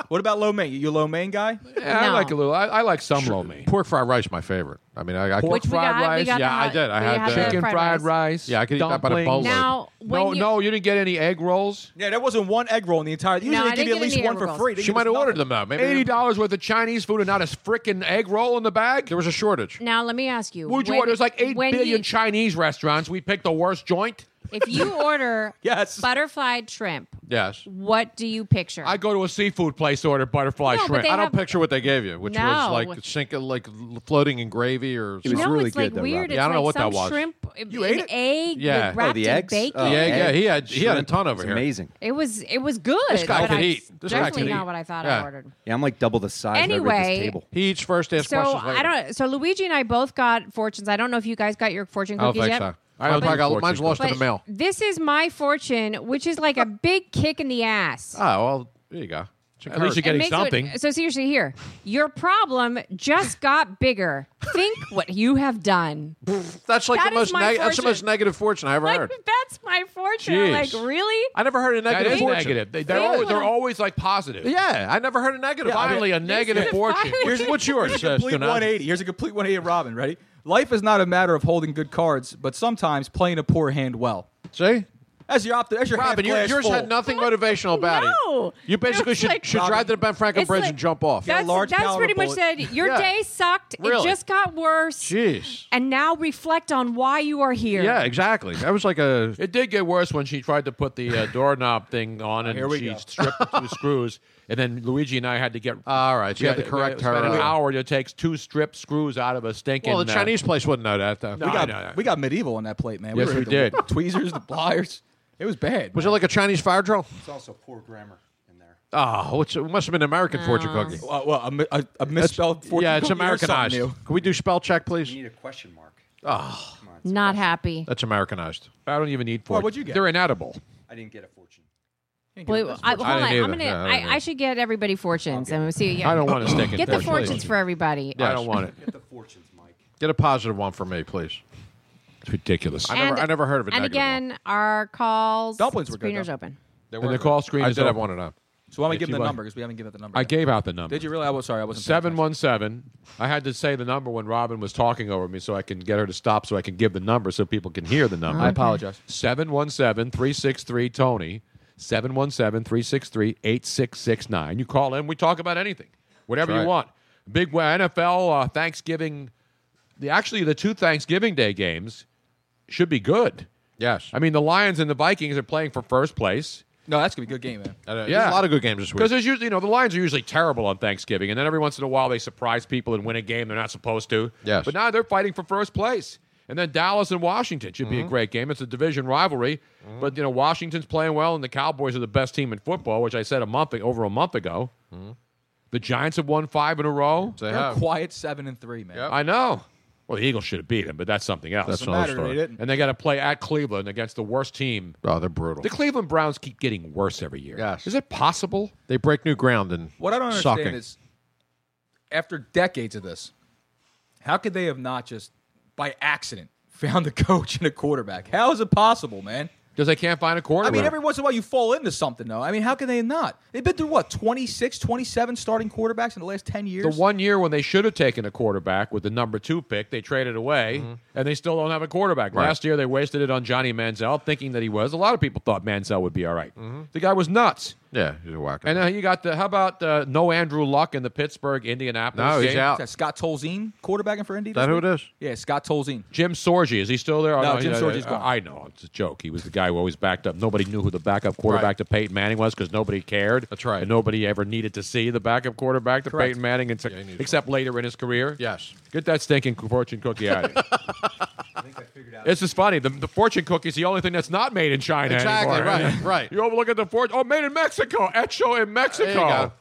Speaker 4: what about lo mein? You a lo mein guy?
Speaker 2: Yeah, I
Speaker 10: No.
Speaker 2: like a little. I, I like some lo mein.
Speaker 5: Pork fried rice, my favorite. I mean, I, I
Speaker 2: Pork
Speaker 10: Which we
Speaker 2: fried
Speaker 10: got,
Speaker 2: rice.
Speaker 10: We got the
Speaker 5: Yeah, I
Speaker 10: hot-
Speaker 5: did. I
Speaker 10: we
Speaker 5: had the-
Speaker 10: the
Speaker 2: chicken fried, rice.
Speaker 5: Yeah, I could eat that by the
Speaker 2: dumplings.
Speaker 5: boatload.
Speaker 10: Now, when
Speaker 2: no,
Speaker 10: you,
Speaker 5: Oh,
Speaker 2: no, you didn't get any egg rolls.
Speaker 4: Yeah, there wasn't one egg roll in the entire. Usually
Speaker 10: No, I
Speaker 4: they give
Speaker 10: didn't
Speaker 4: you at
Speaker 10: get
Speaker 4: least
Speaker 10: any
Speaker 4: one
Speaker 10: egg
Speaker 4: for
Speaker 10: rolls.
Speaker 4: free. They
Speaker 5: she
Speaker 4: give
Speaker 5: might have
Speaker 4: us
Speaker 5: ordered
Speaker 4: nothing.
Speaker 5: them though. Maybe
Speaker 2: Eighty dollars worth of Chinese food and not a freaking egg roll in the bag.
Speaker 5: There was a shortage.
Speaker 10: Now let me ask you.
Speaker 2: Would you
Speaker 10: when-
Speaker 2: order? There's like eight
Speaker 10: when
Speaker 2: billion
Speaker 10: you-
Speaker 2: Chinese restaurants. We picked the worst joint.
Speaker 10: If you
Speaker 2: [laughs]
Speaker 10: order
Speaker 2: Yes.
Speaker 10: butterfly shrimp,
Speaker 2: Yes.
Speaker 10: what do you picture?
Speaker 2: I go to a seafood place to order butterfly
Speaker 10: No, but
Speaker 2: shrimp.
Speaker 10: they
Speaker 2: I don't
Speaker 10: have-
Speaker 2: picture what they gave you, which
Speaker 10: No.
Speaker 2: was like sink like floating in gravy or
Speaker 10: no, it's like weird. It's
Speaker 2: yeah, I don't know
Speaker 10: like
Speaker 2: what
Speaker 10: some
Speaker 2: that was.
Speaker 10: Shrimp, you an egg,
Speaker 2: Yeah. Oh,
Speaker 10: with wrapped in bacon.
Speaker 2: yeah, yeah, he had he had a ton over here.
Speaker 9: Amazing.
Speaker 10: It was it was good.
Speaker 2: This guy
Speaker 10: but
Speaker 2: could
Speaker 10: I-
Speaker 2: eat. This guy
Speaker 10: definitely
Speaker 2: could
Speaker 10: not
Speaker 2: eat.
Speaker 10: what I thought I ordered.
Speaker 9: Yeah, I'm like double the size of
Speaker 10: Anyway-
Speaker 9: this table.
Speaker 2: He eats first, asks
Speaker 10: So
Speaker 2: questions later.
Speaker 10: I don't. So Luigi and I both got fortunes. I don't know if you guys got your fortune
Speaker 2: I don't
Speaker 10: cookies
Speaker 2: think
Speaker 10: yet.
Speaker 2: so. I don't
Speaker 10: But-
Speaker 2: think I got- mine's lost in
Speaker 10: but
Speaker 2: the mail.
Speaker 10: This is my fortune, which is like a big kick in the ass.
Speaker 2: Oh well, there you go. At least you're
Speaker 10: It
Speaker 2: getting
Speaker 10: makes what-
Speaker 2: something.
Speaker 10: so seriously, here, your problem just got bigger.
Speaker 2: [laughs]
Speaker 10: Think what you have done.
Speaker 2: that's like
Speaker 10: That
Speaker 2: the
Speaker 10: is
Speaker 2: most
Speaker 10: my
Speaker 2: neg- that's the
Speaker 10: fortune.
Speaker 2: most negative fortune I ever heard.
Speaker 10: That's my fortune. I'm
Speaker 2: Jeez.
Speaker 10: Like really?
Speaker 2: I never heard a
Speaker 5: That
Speaker 2: negative
Speaker 5: is
Speaker 2: fortune.
Speaker 5: negative. They, they're, always, they're always like positive.
Speaker 2: Yeah, I never heard a negative.
Speaker 5: Yeah, I mean, Finally, a negative fortune.
Speaker 2: Here's what's yours.
Speaker 4: Here's a complete 180. Here's a complete 180 Robin. Ready? Life is not a matter of holding good cards, but sometimes playing a poor hand well.
Speaker 2: See?
Speaker 4: That's your, opt- that's your hand
Speaker 2: Robin, your,
Speaker 4: glass
Speaker 2: yours
Speaker 4: full.
Speaker 2: had nothing motivational about
Speaker 10: No.
Speaker 2: it. You basically
Speaker 10: It's
Speaker 2: should,
Speaker 10: like-
Speaker 2: should
Speaker 10: Robin,
Speaker 2: drive to the Ben Franklin
Speaker 10: it's
Speaker 2: Bridge
Speaker 10: like-
Speaker 2: and jump off.
Speaker 10: That's, that's pretty much said. Your
Speaker 2: Yeah.
Speaker 10: day sucked.
Speaker 2: Really.
Speaker 10: It just got worse.
Speaker 2: Jeez.
Speaker 10: And now reflect on why you are here.
Speaker 2: Yeah, exactly. That was like a.
Speaker 5: It did get worse when she tried to put the uh, doorknob thing on and
Speaker 2: Here we
Speaker 5: she
Speaker 2: go.
Speaker 5: stripped the two screws. And then Luigi and I had
Speaker 9: [laughs]
Speaker 5: to get.
Speaker 2: All right, so you
Speaker 5: we
Speaker 2: have to
Speaker 5: had-
Speaker 2: correct
Speaker 5: we had to spend
Speaker 2: her.
Speaker 5: An hour that takes two strip screws out of a stinking. uh,
Speaker 2: Well, the Chinese place wouldn't know that, though.
Speaker 4: We got, we got medieval on that plate, man.
Speaker 2: Yes,
Speaker 4: were
Speaker 2: we
Speaker 4: with the
Speaker 2: did.
Speaker 4: tweezers, the pliers. It was bad.
Speaker 2: Was it like a Chinese fire drill?
Speaker 9: It's also poor grammar.
Speaker 5: Ah,
Speaker 2: Oh, it's, it must have been American fortune cookie.
Speaker 4: Well, well, a, mi- a, a misspelled fortune
Speaker 2: yeah, it's
Speaker 4: cookie or something
Speaker 2: Americanized.
Speaker 4: new.
Speaker 2: Can we do spell check, please?
Speaker 9: need a question mark.
Speaker 2: Oh,
Speaker 10: Not happy.
Speaker 2: that's Americanized. I don't even need
Speaker 9: Well,
Speaker 2: fortune.
Speaker 9: what'd you get?
Speaker 2: They're inedible.
Speaker 9: I didn't get a fortune.
Speaker 10: Wait, I, hold
Speaker 2: I
Speaker 10: on.
Speaker 2: didn't
Speaker 10: I'm
Speaker 2: either.
Speaker 10: gonna.
Speaker 2: Yeah, I
Speaker 10: I,
Speaker 2: don't
Speaker 10: I, should get everybody fortunes. and we'll see. Yeah.
Speaker 2: I don't want a stinking
Speaker 10: Get the
Speaker 2: fortune,
Speaker 10: fortunes
Speaker 2: please.
Speaker 10: for everybody.
Speaker 2: I don't want it.
Speaker 9: Get the fortunes, Mike.
Speaker 2: Get a positive one for me, please. It's ridiculous. I never,
Speaker 10: And-
Speaker 2: I never heard of it.
Speaker 10: And again, our calls.
Speaker 2: Dumplings were good,
Speaker 10: Screeners
Speaker 2: though.
Speaker 10: open.
Speaker 2: and the call screen
Speaker 5: I
Speaker 2: is
Speaker 5: did
Speaker 2: up.
Speaker 5: have one of them.
Speaker 4: So why don't we
Speaker 5: If
Speaker 4: give
Speaker 5: you
Speaker 4: them the
Speaker 5: like-
Speaker 4: number? Because we haven't given out the number.
Speaker 5: I
Speaker 4: yet.
Speaker 5: gave out the number.
Speaker 4: Did you really? I was sorry. I wasn't. paying
Speaker 5: Seven one seven. I had to say the number when Robin was talking over me, so I can get her to stop, so I can give the number, so people can hear the number.
Speaker 4: I apologize.
Speaker 5: 717-363 Tony. 717-363-8669. You call in. We talk about anything, whatever
Speaker 2: That's right.
Speaker 5: you want. Big wa- NFL uh, Thanksgiving. The actually the two Thanksgiving Day games should be good.
Speaker 2: Yes.
Speaker 5: I mean the Lions and the Vikings are playing for first place.
Speaker 4: No, that's gonna be a good game, man.
Speaker 2: There's a lot of good games this week.
Speaker 5: Because there's usually, you know, the Lions are usually terrible on Thanksgiving, and then every once in a while they surprise people and win a game they're not supposed to.
Speaker 2: Yes.
Speaker 5: But now they're fighting for first place. And then Dallas and Washington should be
Speaker 2: Mm-hmm.
Speaker 5: a great game. It's a division rivalry, but you know Washington's playing well, and the Cowboys are the best team in football, which I said a month over a month ago.
Speaker 2: Mm-hmm.
Speaker 5: The Giants have won five in a row.
Speaker 4: They're quiet seven and three, man.
Speaker 5: I know. Well, the Eagles should have beat them, but that's something else.
Speaker 2: That's Doesn't
Speaker 4: another matter, story. they didn't.
Speaker 5: And they got to play at Cleveland against the worst team.
Speaker 2: oh, they're brutal.
Speaker 5: The Cleveland Browns keep getting worse every year.
Speaker 2: Yes.
Speaker 5: Is it possible?
Speaker 2: They break new ground and
Speaker 4: What I don't understand
Speaker 2: sucking.
Speaker 4: is, after decades of this, how could they have not just by accident found a coach and a quarterback? How is it possible, man?
Speaker 5: Because they can't find a
Speaker 4: I
Speaker 5: quarterback.
Speaker 4: mean, every once in a while you fall into something, though. I mean, how can they not? They've been through what 26, 27 starting quarterbacks in the last ten years.
Speaker 5: the one year when they should have taken a quarterback with the number two pick, they traded away, and they still don't have a quarterback.
Speaker 2: Right.
Speaker 5: Last year, they wasted it on Johnny Manziel, thinking that he was. A lot of people thought Manziel would be all right. The guy was nuts.
Speaker 2: yeah, he's a whack.
Speaker 5: And uh, you got the how about uh, no Andrew Luck in the Pittsburgh Indianapolis?
Speaker 2: No, he's
Speaker 5: game?
Speaker 2: out.
Speaker 4: Is that Scott Tolzien quarterbacking for Indy?
Speaker 2: Is that who it is?
Speaker 4: Yeah, Scott Tolzien.
Speaker 5: Jim Sorgi is he still there? Oh,
Speaker 4: No,
Speaker 5: he-
Speaker 4: Jim Sorgi's
Speaker 5: uh,
Speaker 4: gone.
Speaker 5: I know it's a joke. He was the guy who always backed up. Nobody knew who the backup quarterback
Speaker 2: Right.
Speaker 5: to Peyton Manning was because nobody cared. That's
Speaker 2: right.
Speaker 5: And nobody ever needed to see the backup quarterback to
Speaker 2: Correct.
Speaker 5: Peyton Manning, and
Speaker 2: he needed
Speaker 5: except later in his career.
Speaker 2: Yes.
Speaker 5: Get that stinking fortune cookie out
Speaker 4: [laughs]
Speaker 5: of here.
Speaker 9: I think I figured out.
Speaker 5: This is funny. The, the fortune cookie is the only thing that's not made in China.
Speaker 2: Exactly,
Speaker 5: anymore.
Speaker 2: right,
Speaker 5: [laughs]
Speaker 2: right.
Speaker 5: You overlook at the fortune. Oh, made in Mexico. Echo in
Speaker 2: There you
Speaker 5: Mexico.
Speaker 2: go.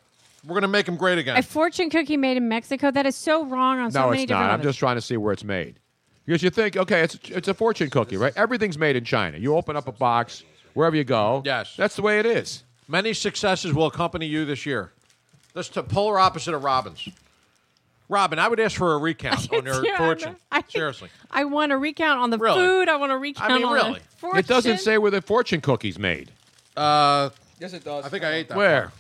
Speaker 2: We're gonna make him great again.
Speaker 10: A fortune cookie made in Mexico. That is so wrong on so
Speaker 5: no,
Speaker 10: many
Speaker 5: it's not.
Speaker 10: different.
Speaker 5: I'm just trying to see where it's made. Because you think, okay, it's it's a fortune cookie, right? Everything's made in China. You open up a box wherever you go.
Speaker 2: Yes.
Speaker 5: that's the way it is.
Speaker 2: Many successes will accompany you this year. That's the polar opposite of Robin's. Robin, I would ask for a
Speaker 10: [laughs]
Speaker 2: recount on your
Speaker 10: Yeah, I know.
Speaker 2: fortune.
Speaker 10: I-
Speaker 2: Seriously.
Speaker 10: I want to recount on the
Speaker 2: Really?
Speaker 10: food. I want to recount
Speaker 2: mean,
Speaker 10: on
Speaker 2: really.
Speaker 10: the fortune.
Speaker 5: It doesn't say where the fortune cookie's made.
Speaker 2: Uh,
Speaker 4: Yes, it does.
Speaker 2: I think I ate that.
Speaker 5: Where?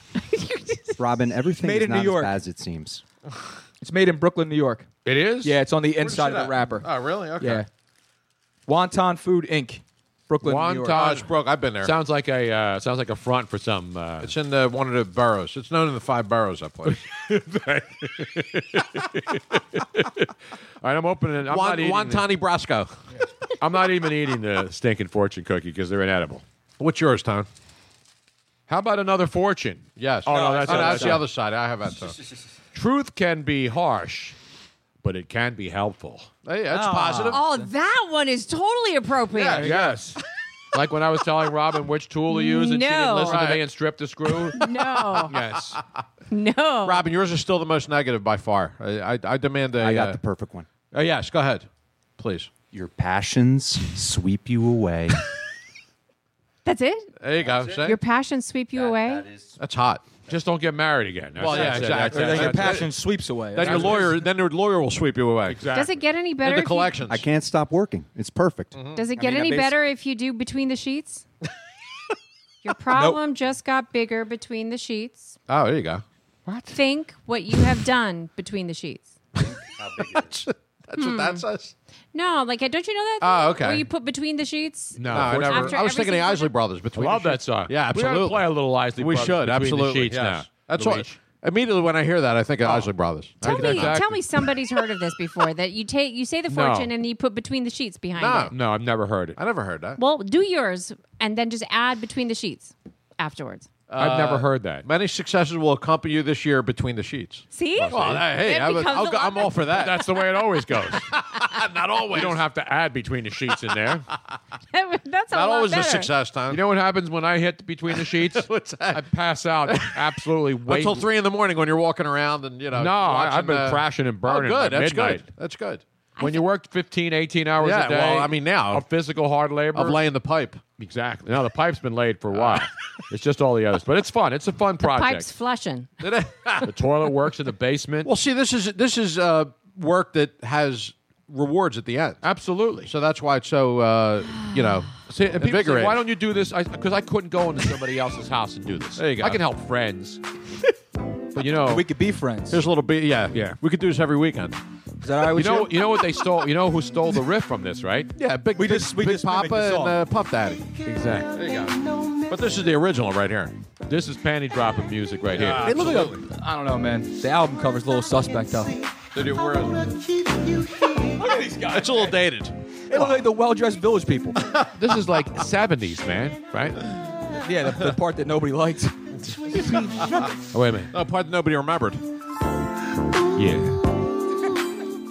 Speaker 9: Robin, everything
Speaker 4: Made
Speaker 9: is
Speaker 4: in
Speaker 9: not
Speaker 4: New York.
Speaker 9: as bad as it seems.
Speaker 4: It's made in Brooklyn, New York.
Speaker 5: It is.
Speaker 4: Yeah, it's on the
Speaker 2: Where's
Speaker 4: inside
Speaker 2: it
Speaker 4: of
Speaker 2: at?
Speaker 4: the wrapper.
Speaker 2: Oh, really? Okay.
Speaker 4: Yeah. Wonton Food Inc. Brooklyn, New York.
Speaker 2: Montage broke. I've been there.
Speaker 5: Sounds like a uh, sounds like a front for some. Uh,
Speaker 2: it's in the one of the boroughs. It's known in the five boroughs I
Speaker 5: [laughs]
Speaker 2: play.
Speaker 5: all right, I'm opening. it. I'm not
Speaker 2: Juan,
Speaker 5: eating
Speaker 2: Juan
Speaker 5: this. [laughs]
Speaker 2: Tani Brasco. I'm not even eating the stinking fortune cookie because they're inedible. What's yours, Tom? How about another fortune?
Speaker 4: Yes.
Speaker 2: Oh, no, that's-
Speaker 4: oh,
Speaker 2: that's-
Speaker 4: the other side. I have that. Side.
Speaker 2: Truth can be harsh, but it can be helpful.
Speaker 4: Hey, that's positive.
Speaker 12: Oh, that one is totally appropriate.
Speaker 2: yes. like when I was telling Robin which tool to use, and she
Speaker 12: No.
Speaker 2: didn't listen to
Speaker 12: Right.
Speaker 2: me and strip the screw.
Speaker 10: [laughs]
Speaker 12: No.
Speaker 2: yes.
Speaker 10: No.
Speaker 4: Robin, yours is still the most negative by far. I, I, I demand a.
Speaker 13: I got
Speaker 4: uh,
Speaker 13: the perfect one.
Speaker 4: uh, yes, go ahead. Please.
Speaker 13: Your passions sweep you away.
Speaker 10: That's it?
Speaker 2: There you go. See?
Speaker 10: Your passions sweep you away?
Speaker 2: That's hot. Just don't get married again.
Speaker 4: Well, yeah, exactly. Then your passion
Speaker 5: sweeps away.
Speaker 4: Then your lawyer, then your lawyer will sweep you away.
Speaker 10: Does it get any better? if you-
Speaker 13: I can't stop working. It's perfect.
Speaker 10: does it get any better if you do between the [laughs] sheets? Your problem just got bigger between the sheets.
Speaker 2: Oh, there you go.
Speaker 10: What? Think what you have done between the sheets.
Speaker 4: that's that's
Speaker 10: Hmm.
Speaker 4: what that says.
Speaker 10: No, like don't you know that?
Speaker 4: Oh,
Speaker 10: thing?
Speaker 4: okay.
Speaker 10: Where you put between the sheets?
Speaker 4: No, I never.
Speaker 10: After
Speaker 4: I was
Speaker 10: every
Speaker 4: thinking the
Speaker 10: single-
Speaker 4: Isley Brothers between.
Speaker 2: Love
Speaker 4: the
Speaker 2: that
Speaker 4: sheets.
Speaker 2: song.
Speaker 4: Yeah,
Speaker 2: We gotta
Speaker 4: absolutely.
Speaker 2: play a little Isley
Speaker 4: We
Speaker 2: Brothers Between
Speaker 4: should
Speaker 2: the
Speaker 4: absolutely.
Speaker 2: Sheets
Speaker 4: yes.
Speaker 2: now. Oh.
Speaker 4: That's
Speaker 2: Luis.
Speaker 4: what. Immediately when I hear that, I think of Isley Brothers.
Speaker 10: Tell
Speaker 4: I
Speaker 10: me,
Speaker 4: think that's-
Speaker 10: tell me somebody's heard of this before that you take you say the
Speaker 2: No.
Speaker 10: fortune and you put between the sheets behind
Speaker 2: No,
Speaker 10: it.
Speaker 2: no, I've never heard it. I never heard that.
Speaker 10: Well, do yours and then just add between the sheets afterwards.
Speaker 2: I've never
Speaker 4: Uh,
Speaker 2: heard that.
Speaker 4: Many successes will accompany you this year between the sheets.
Speaker 10: See?
Speaker 4: Well, Oh, that- hey,
Speaker 10: It
Speaker 4: I was-
Speaker 10: becomes
Speaker 4: I'll
Speaker 10: a
Speaker 4: go-
Speaker 10: lot
Speaker 4: I'm all for that.
Speaker 2: That's the way it always goes.
Speaker 4: [laughs] Not always.
Speaker 2: You don't have to add between the sheets in
Speaker 4: [laughs]
Speaker 2: there.
Speaker 10: [laughs] That's a lot better.
Speaker 4: time.
Speaker 2: You know what happens when I hit between the
Speaker 4: [laughs]
Speaker 2: sheets? I pass out absolutely way
Speaker 4: until three in the morning when you're walking around and you know.
Speaker 2: No, I, I've
Speaker 4: watching,
Speaker 2: been
Speaker 4: uh,
Speaker 2: crashing and burning.
Speaker 4: Oh,
Speaker 2: by
Speaker 4: good. That's
Speaker 2: midnight.
Speaker 4: good. That's good.
Speaker 2: When you work 15, 18 hours
Speaker 4: Yeah,
Speaker 2: a day.
Speaker 4: well, I mean, now-
Speaker 2: Of physical hard labor.
Speaker 4: Of laying the Uh. pipe.
Speaker 2: Exactly. Now, the pipe's been laid for a while. it's just all the others. But it's fun. It's a fun project.
Speaker 10: Pipe's flushing.
Speaker 2: the toilet works in the basement.
Speaker 4: Well, see, this is this is uh, work that has rewards at the end.
Speaker 2: Absolutely.
Speaker 4: So that's why it's so uh, you know
Speaker 2: [sighs] See, and people say,
Speaker 4: invigorating.
Speaker 2: why don't you do this? Because I, couldn't go into somebody else's house and do this.
Speaker 4: There you go.
Speaker 2: I can help
Speaker 4: [laughs]
Speaker 2: friends. but you know,
Speaker 5: We could be friends.
Speaker 4: Here's a little bit. Yeah, yeah. We could do this every weekend.
Speaker 5: Is that all right
Speaker 2: you
Speaker 5: with
Speaker 2: know, you know what they stole. You know who stole the riff from this, right?
Speaker 4: Yeah, big.
Speaker 5: We
Speaker 4: big,
Speaker 5: just- we
Speaker 4: big
Speaker 5: just mimicked
Speaker 4: Papa
Speaker 5: the
Speaker 4: and
Speaker 5: song.
Speaker 4: uh, Puff Daddy.
Speaker 2: Exactly.
Speaker 4: There you go. But this is the original right here.
Speaker 2: This is panty dropping music right
Speaker 5: Ah,
Speaker 2: here.
Speaker 5: absolutely. I don't know, man. The album cover's a little suspect, though.
Speaker 4: Did it work?
Speaker 5: Look at these guys.
Speaker 4: It's a little dated.
Speaker 5: They look like the well-dressed village people.
Speaker 2: This is like '70s, man. Right?
Speaker 5: yeah, the, the part that nobody liked.
Speaker 2: Oh, wait a minute.
Speaker 4: Oh, part that nobody remembered.
Speaker 2: Yeah.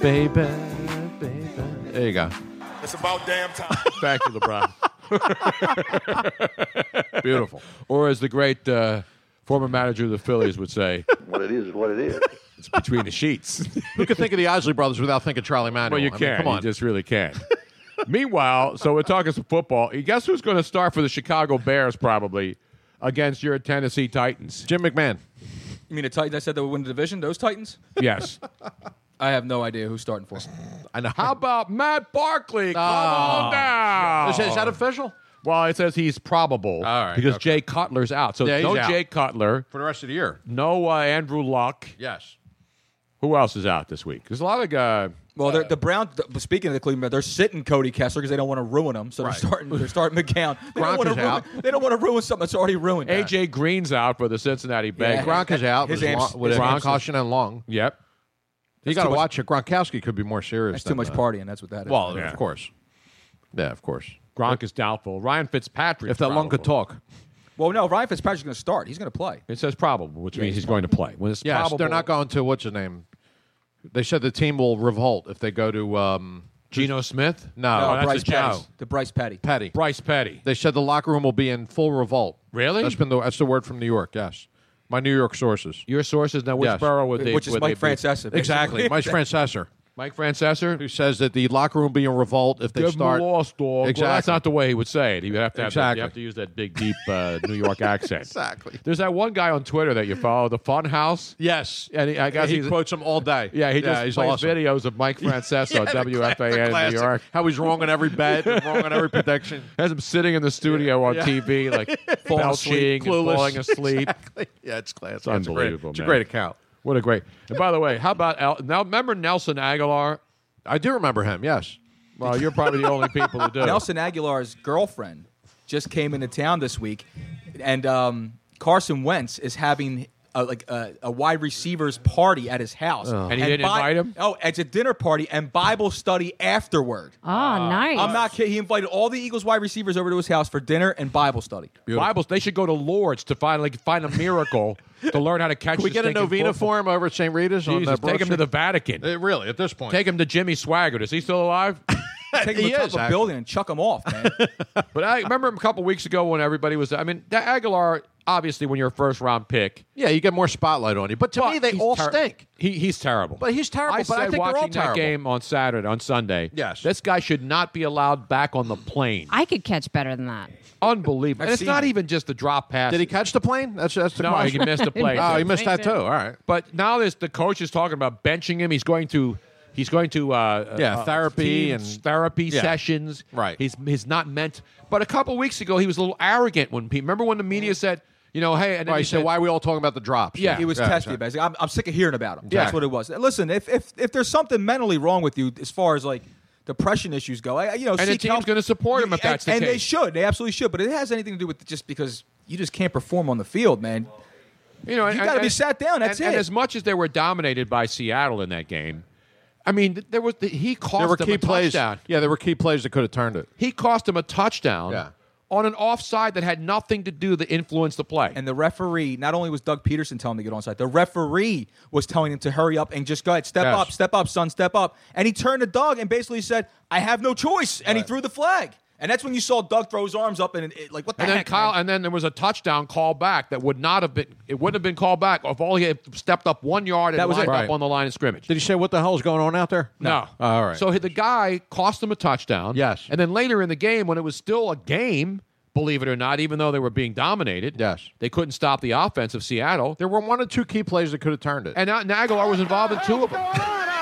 Speaker 4: Baby, baby. There you go.
Speaker 14: It's about damn
Speaker 2: [laughs]
Speaker 14: time.
Speaker 2: Thank you, LeBron. [laughs]
Speaker 4: Beautiful.
Speaker 2: or as the great uh, former manager of the Phillies would say,
Speaker 14: what it is is what it is.
Speaker 2: "It's between the
Speaker 4: [laughs]
Speaker 2: sheets."
Speaker 4: Who could think of the Isley Brothers without thinking Charlie Manuel?
Speaker 2: Well, you
Speaker 4: I mean,
Speaker 2: can't.
Speaker 4: come on.
Speaker 2: You just really can't. Meanwhile, so we're talking some football. You Guess who's going to start for the Chicago Bears probably against your Tennessee Titans?
Speaker 4: Jim McMahon.
Speaker 5: You mean the Titans? I said they would win the division. Those Titans?
Speaker 2: Yes.
Speaker 5: I have no idea who's starting for. 'em.
Speaker 4: I know.
Speaker 2: How about Matt Barkley? Come on down.
Speaker 4: Oh, Is, is that official?
Speaker 2: Well, it says he's probable
Speaker 4: All right,
Speaker 2: because
Speaker 4: okay.
Speaker 2: Jay Cutler's out. So
Speaker 4: Yeah, he's
Speaker 2: no
Speaker 4: out.
Speaker 2: Jay Cutler,
Speaker 4: For the rest of the year.
Speaker 2: no uh, Andrew Luck.
Speaker 4: Yes.
Speaker 2: Who else is out this week? There's a lot of uh,
Speaker 5: Well, they're the Brown. The, speaking of the Cleveland, Browns, they're sitting Cody Kessler because they don't want to ruin him. So
Speaker 4: Right.
Speaker 5: they're starting. They're starting McCown. They don't
Speaker 4: Gronk
Speaker 5: want to [laughs]
Speaker 4: is
Speaker 5: ruin.
Speaker 4: [laughs] out.
Speaker 5: They don't want to ruin something that's already ruined.
Speaker 2: AJ Green's out for the Cincinnati
Speaker 4: Yeah,
Speaker 2: Bengals.
Speaker 4: Gronk is out
Speaker 5: His
Speaker 4: with,
Speaker 5: amps-
Speaker 4: lo- with
Speaker 5: his
Speaker 4: a
Speaker 5: amps-
Speaker 4: concussion and long.
Speaker 2: Yep.
Speaker 4: [laughs]
Speaker 5: That's
Speaker 4: You got to
Speaker 5: too much-
Speaker 4: watch it. Gronkowski could be more serious.
Speaker 5: That's too
Speaker 4: than,
Speaker 5: much
Speaker 4: uh,
Speaker 5: partying. That's what that is.
Speaker 4: Well,
Speaker 2: Yeah.
Speaker 4: of course. Yeah, of course.
Speaker 2: Gronk is doubtful. Ryan Fitzpatrick.
Speaker 4: If that lung could talk.
Speaker 5: well, no. Ryan Fitzpatrick's going to start. He's going to play.
Speaker 2: It says probable, which means he's going to play. When it's
Speaker 4: Yes,
Speaker 2: probable,
Speaker 4: they're not going to what's his name. They said the team will revolt if they go to um,
Speaker 2: Geno Smith? Oh,
Speaker 4: No,
Speaker 5: No,
Speaker 2: that's
Speaker 5: Bryce
Speaker 2: a Jets.
Speaker 5: Petty. The Bryce Petty.
Speaker 4: Petty.
Speaker 2: Bryce Petty.
Speaker 4: They said the locker room will be in full revolt.
Speaker 2: Really?
Speaker 4: That's been the that's the word from New York. Yes, my New York sources.
Speaker 2: Your sources now, which
Speaker 4: Yes.
Speaker 2: borough would they
Speaker 5: Which is
Speaker 2: would
Speaker 5: Mike
Speaker 2: they be?
Speaker 5: Francesa. [laughs]
Speaker 4: [laughs] Exactly, my
Speaker 5: basically.
Speaker 4: francesor
Speaker 2: Mike Francesor?
Speaker 4: who says that the locker room will be in revolt if they
Speaker 2: Give him
Speaker 4: start.
Speaker 2: a loss, dog.
Speaker 4: Exactly.
Speaker 2: Well, that's not the way he would say it. He would have to have, that-
Speaker 4: Exactly.
Speaker 2: you have to use that big, deep uh, New
Speaker 4: [laughs]
Speaker 2: York accent.
Speaker 4: Exactly.
Speaker 2: There's that one guy on Twitter that you follow, the Fun House.
Speaker 4: Yes,
Speaker 2: And he- I guess
Speaker 4: he
Speaker 2: he's-
Speaker 4: quotes him all day.
Speaker 2: [laughs] Yeah, he just
Speaker 4: he's
Speaker 2: plays
Speaker 4: awesome.
Speaker 2: videos of Mike Francesa
Speaker 4: [laughs] Yeah,
Speaker 2: on
Speaker 4: the cla- the
Speaker 2: WFAN in
Speaker 4: classic.
Speaker 2: New York.
Speaker 4: How he's wrong on every bet, and wrong on
Speaker 2: [laughs]
Speaker 4: every prediction.
Speaker 2: Has him sitting in the studio on
Speaker 4: Yeah.
Speaker 2: TV,
Speaker 4: [laughs]
Speaker 2: like
Speaker 4: Falling asleep,
Speaker 2: belching, and
Speaker 4: clueless.
Speaker 2: falling asleep.
Speaker 4: Exactly. Yeah, it's classic. It's,
Speaker 2: unbelievable,
Speaker 4: It's a
Speaker 2: man.
Speaker 4: great, it's a great account.
Speaker 2: What a great! And by the way, how about El, now? Remember Nelson Aguilar?
Speaker 4: I do remember him. Yes.
Speaker 2: Well, you're probably the only people who do.
Speaker 5: Nelson Aguilar's girlfriend just came into town this week, and um, Carson Wentz is having
Speaker 10: a, like a, a wide receivers party at his house,
Speaker 5: Oh. And he didn't invite
Speaker 10: him. Oh, it's a dinner party and Bible study afterward.
Speaker 15: Oh, nice.
Speaker 10: I'm not kidding. He invited all the Eagles wide receivers over to his house for dinner and Bible study.
Speaker 5: Bibles. They should go to Lord's to find like find a miracle to learn how to catch.
Speaker 2: Can we
Speaker 5: the
Speaker 2: get a
Speaker 5: stinking
Speaker 2: novena
Speaker 5: football.
Speaker 2: for him over at St. Rita's on,
Speaker 5: Jesus,
Speaker 2: uh,
Speaker 5: take him to
Speaker 2: Broad
Speaker 5: the Vatican.
Speaker 2: Uh, really, at this point,
Speaker 5: Take him to Jimmy Swaggart. Is he still alive?
Speaker 10: [laughs] Take him to
Speaker 5: He
Speaker 10: the top
Speaker 5: is,
Speaker 10: of a
Speaker 5: actually.
Speaker 10: building and chuck him off, man.
Speaker 2: [laughs]
Speaker 5: but I remember him a couple weeks ago when everybody was. I mean, that Aguilar obviously when you're a first round pick.
Speaker 2: Yeah, you get more spotlight on you. But to me, they
Speaker 5: he's
Speaker 2: all stink.
Speaker 5: He, he's terrible.
Speaker 2: But he's terrible,
Speaker 5: I
Speaker 2: but I think
Speaker 5: said
Speaker 2: they're all
Speaker 5: watching that
Speaker 2: terrible.
Speaker 5: game on Saturday, on Sunday. Yes, this guy should not be allowed back on the plane.
Speaker 15: I could catch better than that.
Speaker 5: Unbelievable.
Speaker 15: I've
Speaker 5: And it's
Speaker 15: seen
Speaker 5: not
Speaker 15: it.
Speaker 5: even just the drop pass.
Speaker 2: Did he catch the plane? That's that's the
Speaker 5: no,
Speaker 2: question. [laughs]
Speaker 5: he missed the play.
Speaker 2: oh, he missed that too. All right.
Speaker 5: But now this the coach is talking about benching him. He's going to he's going to uh,
Speaker 2: Yeah,
Speaker 5: uh,
Speaker 2: therapy
Speaker 5: team
Speaker 2: and-
Speaker 5: therapy
Speaker 2: yeah.
Speaker 5: sessions.
Speaker 2: Right.
Speaker 5: He's he's not meant. But a couple weeks ago, he was a little arrogant when people remember when the media said, you know, hey, and then
Speaker 2: Right,
Speaker 5: he
Speaker 2: he said,
Speaker 5: said,
Speaker 2: "Why are we all talking about the drops?"
Speaker 5: Yeah.
Speaker 10: he was
Speaker 5: Yeah,
Speaker 10: testy. Basically, I'm, I'm sick of hearing about him. That's
Speaker 5: Yeah.
Speaker 10: what it was. Listen, if, if if there's something mentally wrong with you as far as like depression issues go, I, I- you know,
Speaker 5: And the
Speaker 10: seek
Speaker 5: team's
Speaker 10: help.
Speaker 5: gonna support him
Speaker 10: You-
Speaker 5: if that's the
Speaker 10: and, And they
Speaker 5: case.
Speaker 10: should. They absolutely should. But it has anything to do with just because you just can't perform on the field, man.
Speaker 5: You know, and-
Speaker 10: you got to
Speaker 5: and-
Speaker 10: be sat down. That's
Speaker 5: and,
Speaker 10: it.
Speaker 5: And as much as they were dominated by Seattle in that game, I mean, th- there was the, he cost
Speaker 2: There were
Speaker 5: them
Speaker 2: key
Speaker 5: a
Speaker 2: plays.
Speaker 5: touchdown.
Speaker 2: Yeah, there were key plays that could have turned it.
Speaker 5: He cost him a touchdown
Speaker 2: Yeah.
Speaker 5: on an offside that had nothing to do to influence the play.
Speaker 10: and the referee, not only was Doug Peterson telling him to get onside, the referee was telling him to hurry up and just go ahead, step
Speaker 5: Yes.
Speaker 10: up, step up, son, step up. And he turned to Doug and basically said, I have no choice. And he threw the flag. And that's when you saw Doug throw his arms up and it, like, what the
Speaker 5: And then
Speaker 10: heck?
Speaker 5: Kyle, and then there was a touchdown call back that would not have been. It wouldn't have been called back if all he had stepped up one yard and
Speaker 10: That was
Speaker 5: lined
Speaker 10: it.
Speaker 5: up on the line of scrimmage.
Speaker 2: Did he say what the hell is going on out there? Oh,
Speaker 5: No.
Speaker 2: All right.
Speaker 5: So the guy cost him a touchdown. Yes. And then later in the game, when it was still a game, believe it or not, even though they were being dominated, yes, they couldn't stop the offense of Seattle. There
Speaker 2: were one or two key plays that could have turned it.
Speaker 5: And now Aguilar was involved in two of them.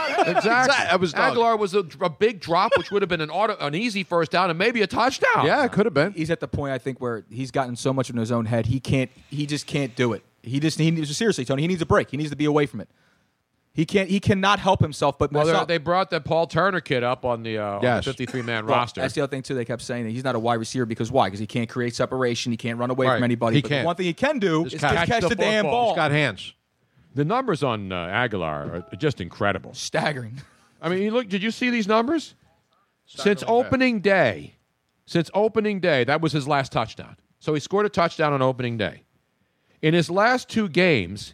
Speaker 5: exactly.
Speaker 2: Exact- that was Doug.
Speaker 5: Aguilar was a, a big drop, which would have been an auto, an easy first down and maybe a touchdown.
Speaker 2: Yeah, it could have been.
Speaker 10: He's at the point, I think, where he's gotten so much in his own head, he can't, he just can't do it. He just, he needs, seriously, Tony, he needs a break. He needs to be away from it. He can't, he cannot help himself but mess
Speaker 5: Well,
Speaker 10: up.
Speaker 5: they they brought that Paul Turner kid up on the, uh,
Speaker 10: Yes.
Speaker 5: on the 53 man
Speaker 10: Well,
Speaker 5: roster.
Speaker 10: That's the other thing too. They kept saying that he's not a wide receiver because why? Because he can't create separation. He can't run away
Speaker 5: Right.
Speaker 10: from anybody.
Speaker 5: He
Speaker 10: but
Speaker 5: can't.
Speaker 10: the one thing he can do is catch, the, damn ball.
Speaker 5: hands. The numbers on uh, Aguilar are just incredible,
Speaker 10: staggering.
Speaker 5: I mean, you look. Did you see these numbers? since opening day, since opening day, that was his last touchdown. So he scored a touchdown on opening day. In his last two games,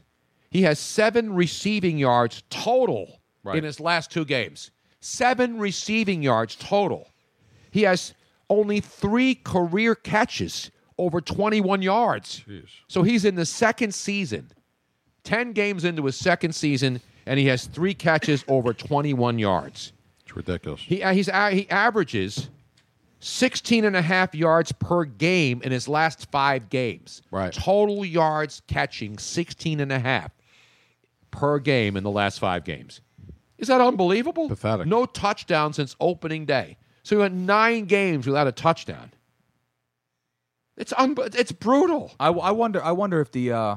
Speaker 5: he has seven receiving yards total
Speaker 2: Right.
Speaker 5: in his last two games. Seven receiving yards total. He has only three career catches over 21 yards. So he's in the second season, 10 games into his second season, and he has three catches [laughs] over 21 yards.
Speaker 2: It's ridiculous.
Speaker 5: He, uh, he's, uh, he averages 16 and a half yards per game in his last five games. Right. Total yards catching 16 and a half per game in the last five games. Is that unbelievable? Pathetic. No touchdown since opening day. So he went nine games without a touchdown. It's un- it's brutal.
Speaker 10: I, I wonder. I wonder if the uh,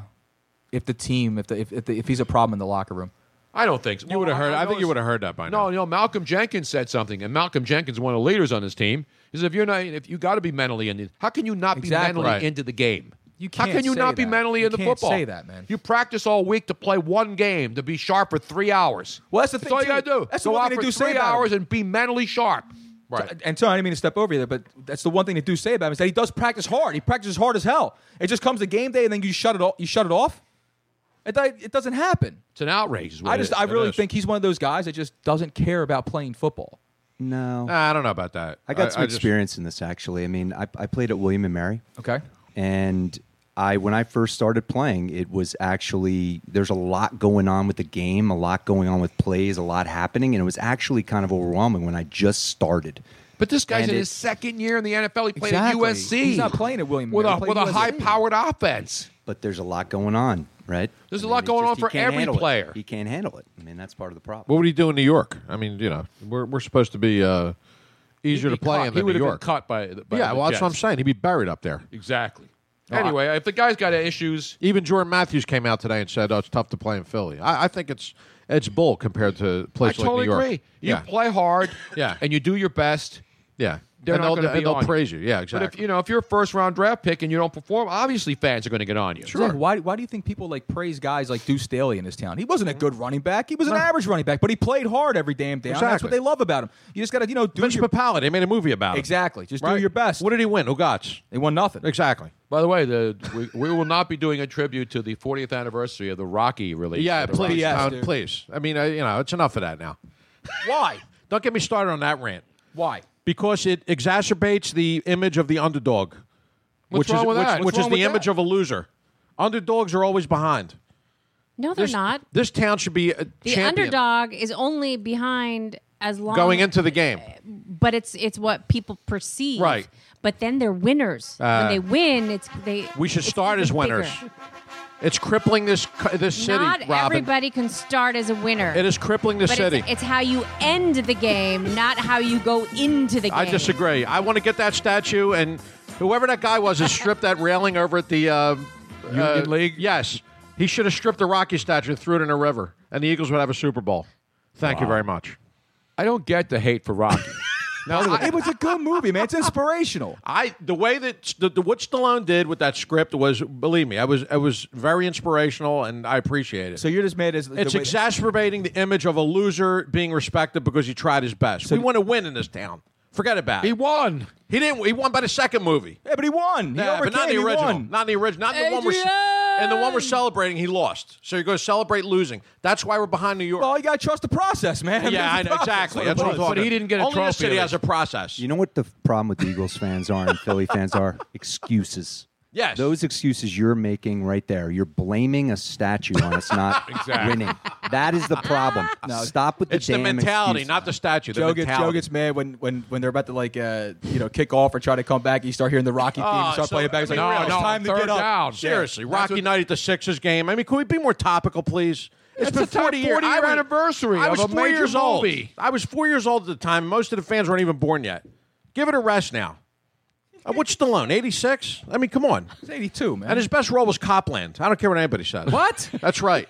Speaker 10: if the team if the, if if, the, if he's a problem in the locker room.
Speaker 5: I don't think so. You would have heard. I, think you would have heard that by now. No, no. Malcolm Jenkins said something, and Malcolm Jenkins, one of the leaders on his team, is if you're not, if you got to be mentally in, how can you not
Speaker 10: Exactly.
Speaker 5: be mentally
Speaker 10: Right.
Speaker 5: into the game?
Speaker 10: You
Speaker 5: how
Speaker 10: can't
Speaker 5: can you
Speaker 10: say
Speaker 5: not be
Speaker 10: that.
Speaker 5: mentally
Speaker 10: You
Speaker 5: into
Speaker 10: can't
Speaker 5: football?
Speaker 10: say that, man.
Speaker 5: You practice all week to play one game to be sharp for three hours.
Speaker 10: Well, that's the thing,
Speaker 5: all you
Speaker 10: too.
Speaker 5: got to do.
Speaker 10: That's the
Speaker 5: Go
Speaker 10: one
Speaker 5: out
Speaker 10: thing
Speaker 5: for
Speaker 10: they do say
Speaker 5: three
Speaker 10: about him.
Speaker 5: hours and be mentally sharp. Right.
Speaker 10: So- and so I didn't mean to step over you there, but that's the one thing to do say about him is that he does practice hard. He practices hard as hell. It just comes to game day and then you shut it off. You shut it off. It, di- it doesn't happen.
Speaker 5: It's an outrage. is what
Speaker 10: I
Speaker 5: it
Speaker 10: just
Speaker 5: is.
Speaker 10: I
Speaker 5: It
Speaker 10: really
Speaker 5: is.
Speaker 10: think he's one of those guys that just doesn't care about playing football.
Speaker 13: No.
Speaker 2: Nah, I don't know about that.
Speaker 13: I got some
Speaker 2: just-
Speaker 13: experience in this actually. I mean, I, I played at William and Mary.
Speaker 10: Okay.
Speaker 13: And I when I first started playing, it was actually there's a lot going on with the game, a lot going on with plays, a lot happening, and it was actually kind of overwhelming when I just started.
Speaker 5: But this guy's
Speaker 13: And
Speaker 5: in
Speaker 13: it-
Speaker 5: his second year in the NFL. He played
Speaker 13: Exactly.
Speaker 5: at USC.
Speaker 13: He's not
Speaker 10: playing at William
Speaker 5: with
Speaker 13: Mary.
Speaker 5: a
Speaker 13: He
Speaker 5: with
Speaker 13: played USC.
Speaker 5: a high powered offense.
Speaker 13: But there's a lot going on, right?
Speaker 5: There's
Speaker 13: I
Speaker 5: a
Speaker 13: mean,
Speaker 5: lot
Speaker 13: it
Speaker 5: going
Speaker 13: just-
Speaker 5: on
Speaker 13: he
Speaker 5: for
Speaker 13: can't
Speaker 5: every
Speaker 13: handle it.
Speaker 5: player.
Speaker 13: He can't handle it. I mean, that's part of the problem.
Speaker 2: What would he do in New York? I mean, you know, we're we're supposed to be uh, easier
Speaker 5: He'd
Speaker 2: to
Speaker 5: be
Speaker 2: play
Speaker 5: caught-
Speaker 2: in
Speaker 5: he
Speaker 2: than
Speaker 5: would
Speaker 2: New
Speaker 5: have been
Speaker 2: York.
Speaker 5: caught by the- by
Speaker 2: yeah,
Speaker 5: the
Speaker 2: well, that's what I'm
Speaker 5: Jets.
Speaker 2: saying. He'd be buried up there.
Speaker 5: Exactly.
Speaker 2: Oh, I-
Speaker 5: anyway, if the guy's got issues,
Speaker 2: Even Jordan Matthews came out today and said, "Oh, it's tough to play in Philly." I, I think it's it's bull compared to places
Speaker 5: I totally
Speaker 2: like New York.
Speaker 5: agree. You
Speaker 2: Yeah,
Speaker 5: play hard,
Speaker 2: [laughs] Yeah.
Speaker 5: and you do your best,
Speaker 1: Yeah.
Speaker 5: They're
Speaker 1: and
Speaker 5: not
Speaker 1: they'll,
Speaker 5: gonna be
Speaker 1: and they'll
Speaker 5: on you.
Speaker 1: praise you. Yeah, exactly.
Speaker 5: But if you know if you're a first round draft pick and you don't perform, obviously fans are going to get on you.
Speaker 2: Zach, why, why do you think people like praise guys like Deuce Staley in this town? He wasn't a good running back. He was an average running back, but he played hard every damn day. That's
Speaker 1: Exactly.
Speaker 2: what they love about him. You just got to, you know, do
Speaker 1: Vince
Speaker 2: your
Speaker 1: Papale, they made a movie about him.
Speaker 2: Exactly. Just
Speaker 1: Right?
Speaker 2: do your best.
Speaker 1: What did he win? Who got?
Speaker 2: They won nothing.
Speaker 1: Exactly. By the way, the we, we will not be doing a tribute to the 40th anniversary of the Rocky release.
Speaker 5: Yeah,
Speaker 1: of the
Speaker 5: please,
Speaker 1: Rocky.
Speaker 5: uh, please.
Speaker 1: I mean, uh, you know, it's enough of that now.
Speaker 2: Why?
Speaker 5: Don't get me started on that rant.
Speaker 2: Why?
Speaker 5: Because it exacerbates the image of the underdog.
Speaker 1: What's
Speaker 5: which
Speaker 1: wrong
Speaker 5: is,
Speaker 1: with
Speaker 5: which,
Speaker 1: that?
Speaker 5: Which
Speaker 1: What's
Speaker 5: is
Speaker 1: wrong
Speaker 5: the
Speaker 1: with
Speaker 5: image
Speaker 1: that?
Speaker 5: of a loser. Underdogs are always behind.
Speaker 10: No, they're
Speaker 5: This-
Speaker 10: not.
Speaker 5: This town should be uh, a
Speaker 10: The
Speaker 5: champion
Speaker 10: underdog is only behind as long
Speaker 5: going into the game.
Speaker 10: but it's it's what people perceive.
Speaker 5: Right.
Speaker 10: But then they're winners.
Speaker 5: Uh,
Speaker 10: when they win, it's they
Speaker 5: We should
Speaker 10: it's
Speaker 5: start
Speaker 10: even
Speaker 5: as winners.
Speaker 10: bigger.
Speaker 5: It's crippling this cu- this city,
Speaker 10: Not
Speaker 5: Robin.
Speaker 10: everybody can start as a winner.
Speaker 5: It is crippling the
Speaker 10: But
Speaker 5: city.
Speaker 10: It's, it's how you end the game, not how you go into the game.
Speaker 5: I disagree. I want to get that statue, and whoever that guy was has stripped that railing over at the uh,
Speaker 1: Union
Speaker 5: League. Yes, he should have stripped the Rocky statue and threw it in a river, and the Eagles would have a Super Bowl. Thank you
Speaker 1: Wow.
Speaker 5: very much.
Speaker 1: I don't get the hate for Rocky.
Speaker 5: No,
Speaker 2: it was a good movie, [laughs] man. It's inspirational.
Speaker 5: I the way that the, the, what Stallone did with that script was, believe me, I was I was very inspirational, and I appreciate it.
Speaker 2: So you're just mad as
Speaker 5: it's
Speaker 2: the way-
Speaker 5: exacerbating the image of a loser being respected because he tried his best. we want to win in this town. Forget about it.
Speaker 1: He won.
Speaker 5: He didn't. He won by the second movie.
Speaker 2: Yeah, but he won. He
Speaker 5: Yeah, but not in
Speaker 2: overcame,
Speaker 5: the
Speaker 2: he
Speaker 5: original.
Speaker 2: won.
Speaker 5: Not in the original. Not in the one we're and the one we're celebrating. He lost. So you're going to celebrate losing. That's why we're behind New York.
Speaker 2: Well, you got to trust the process, man. [laughs] That's
Speaker 5: yeah, I
Speaker 2: the
Speaker 5: know,
Speaker 2: process.
Speaker 5: exactly.
Speaker 2: That's
Speaker 5: That's
Speaker 2: what it
Speaker 5: what I'm
Speaker 2: was.
Speaker 5: talking
Speaker 2: But he
Speaker 5: about.
Speaker 2: didn't get a
Speaker 5: Only
Speaker 2: trophy
Speaker 5: This city
Speaker 2: either.
Speaker 5: has a process.
Speaker 16: You know what the f- problem with Eagles fans are and Philly fans are? Excuses.
Speaker 5: Yes.
Speaker 16: Those excuses you're making right there. You're blaming a statue on us not
Speaker 5: Exactly.
Speaker 16: winning. That is the problem.
Speaker 2: No.
Speaker 16: Stop with the
Speaker 5: It's the
Speaker 16: damn
Speaker 5: mentality,
Speaker 16: excuses.
Speaker 5: not the statue. The
Speaker 2: Joe gets, Joe
Speaker 5: mentality.
Speaker 2: gets mad when, when, when they're about to like uh, you know kick off or try to come back. You start hearing the Rocky theme,
Speaker 5: Oh,
Speaker 2: you start
Speaker 5: so-
Speaker 2: playing back. It's
Speaker 5: I
Speaker 2: like,
Speaker 5: mean,
Speaker 2: no,
Speaker 5: really,
Speaker 2: it's
Speaker 5: no,
Speaker 2: time to
Speaker 5: third
Speaker 2: get up.
Speaker 5: down. Seriously, Rocky Night at the Sixers game. I mean, can we be more topical, please? It's
Speaker 1: That's
Speaker 5: been
Speaker 1: the top
Speaker 5: 40 years.
Speaker 1: 40
Speaker 5: I
Speaker 1: year
Speaker 5: was-
Speaker 1: anniversary
Speaker 5: I
Speaker 1: of
Speaker 5: was
Speaker 1: a
Speaker 5: four
Speaker 1: major
Speaker 5: years
Speaker 1: movie.
Speaker 5: old. Oh, I was four years old at the time. Most of the fans weren't even born yet. Give it a rest now. Uh, what's Stallone? 86? I mean, come on.
Speaker 2: It's 82, man.
Speaker 5: And his best role was Copland. I don't care what anybody says.
Speaker 2: What?
Speaker 5: That's right.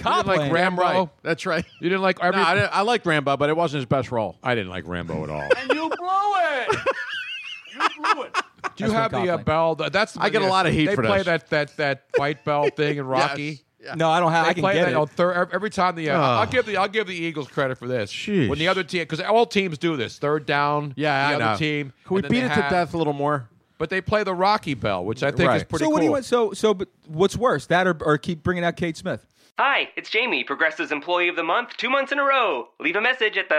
Speaker 5: You didn't
Speaker 2: Copland?
Speaker 5: like Rambo.
Speaker 2: Rambo?
Speaker 5: That's right. You didn't like Rambo? No, I, didn't- I liked Rambo, but it wasn't his best role. I didn't like Rambo at all.
Speaker 1: you blew it. You blew it. Do you
Speaker 5: That's
Speaker 1: have
Speaker 5: what
Speaker 1: the uh,
Speaker 5: Coughlin-
Speaker 1: bell? th- That's
Speaker 5: I get a
Speaker 1: yeah,
Speaker 5: lot of heat
Speaker 1: They
Speaker 5: for
Speaker 1: play
Speaker 5: this.
Speaker 1: that that that white bell
Speaker 5: [laughs]
Speaker 1: thing in Rocky.
Speaker 5: Yes.
Speaker 2: No, I don't have.
Speaker 1: They
Speaker 2: I can
Speaker 1: play
Speaker 2: get
Speaker 1: that
Speaker 2: it.
Speaker 1: on third ev- every time the. Uh,
Speaker 5: Oh.
Speaker 1: I'll give the I'll give the Eagles credit for this.
Speaker 5: Jeez.
Speaker 1: When the other team, because all teams do this, third down.
Speaker 5: Yeah,
Speaker 1: the
Speaker 5: I
Speaker 1: other
Speaker 5: know.
Speaker 1: team.
Speaker 5: Can we
Speaker 1: and then they
Speaker 5: beat it to
Speaker 1: have-
Speaker 5: death a little more?
Speaker 1: But they play the Rocky bell, which I think is
Speaker 5: Right.
Speaker 1: pretty
Speaker 2: so
Speaker 1: cool.
Speaker 2: what do you want? So so but what's worse, that or, or keep bringing out Kate Smith?
Speaker 4: Hi, it's Jamie, Progressive's Employee of the Month, two months in a row. Leave a message at the.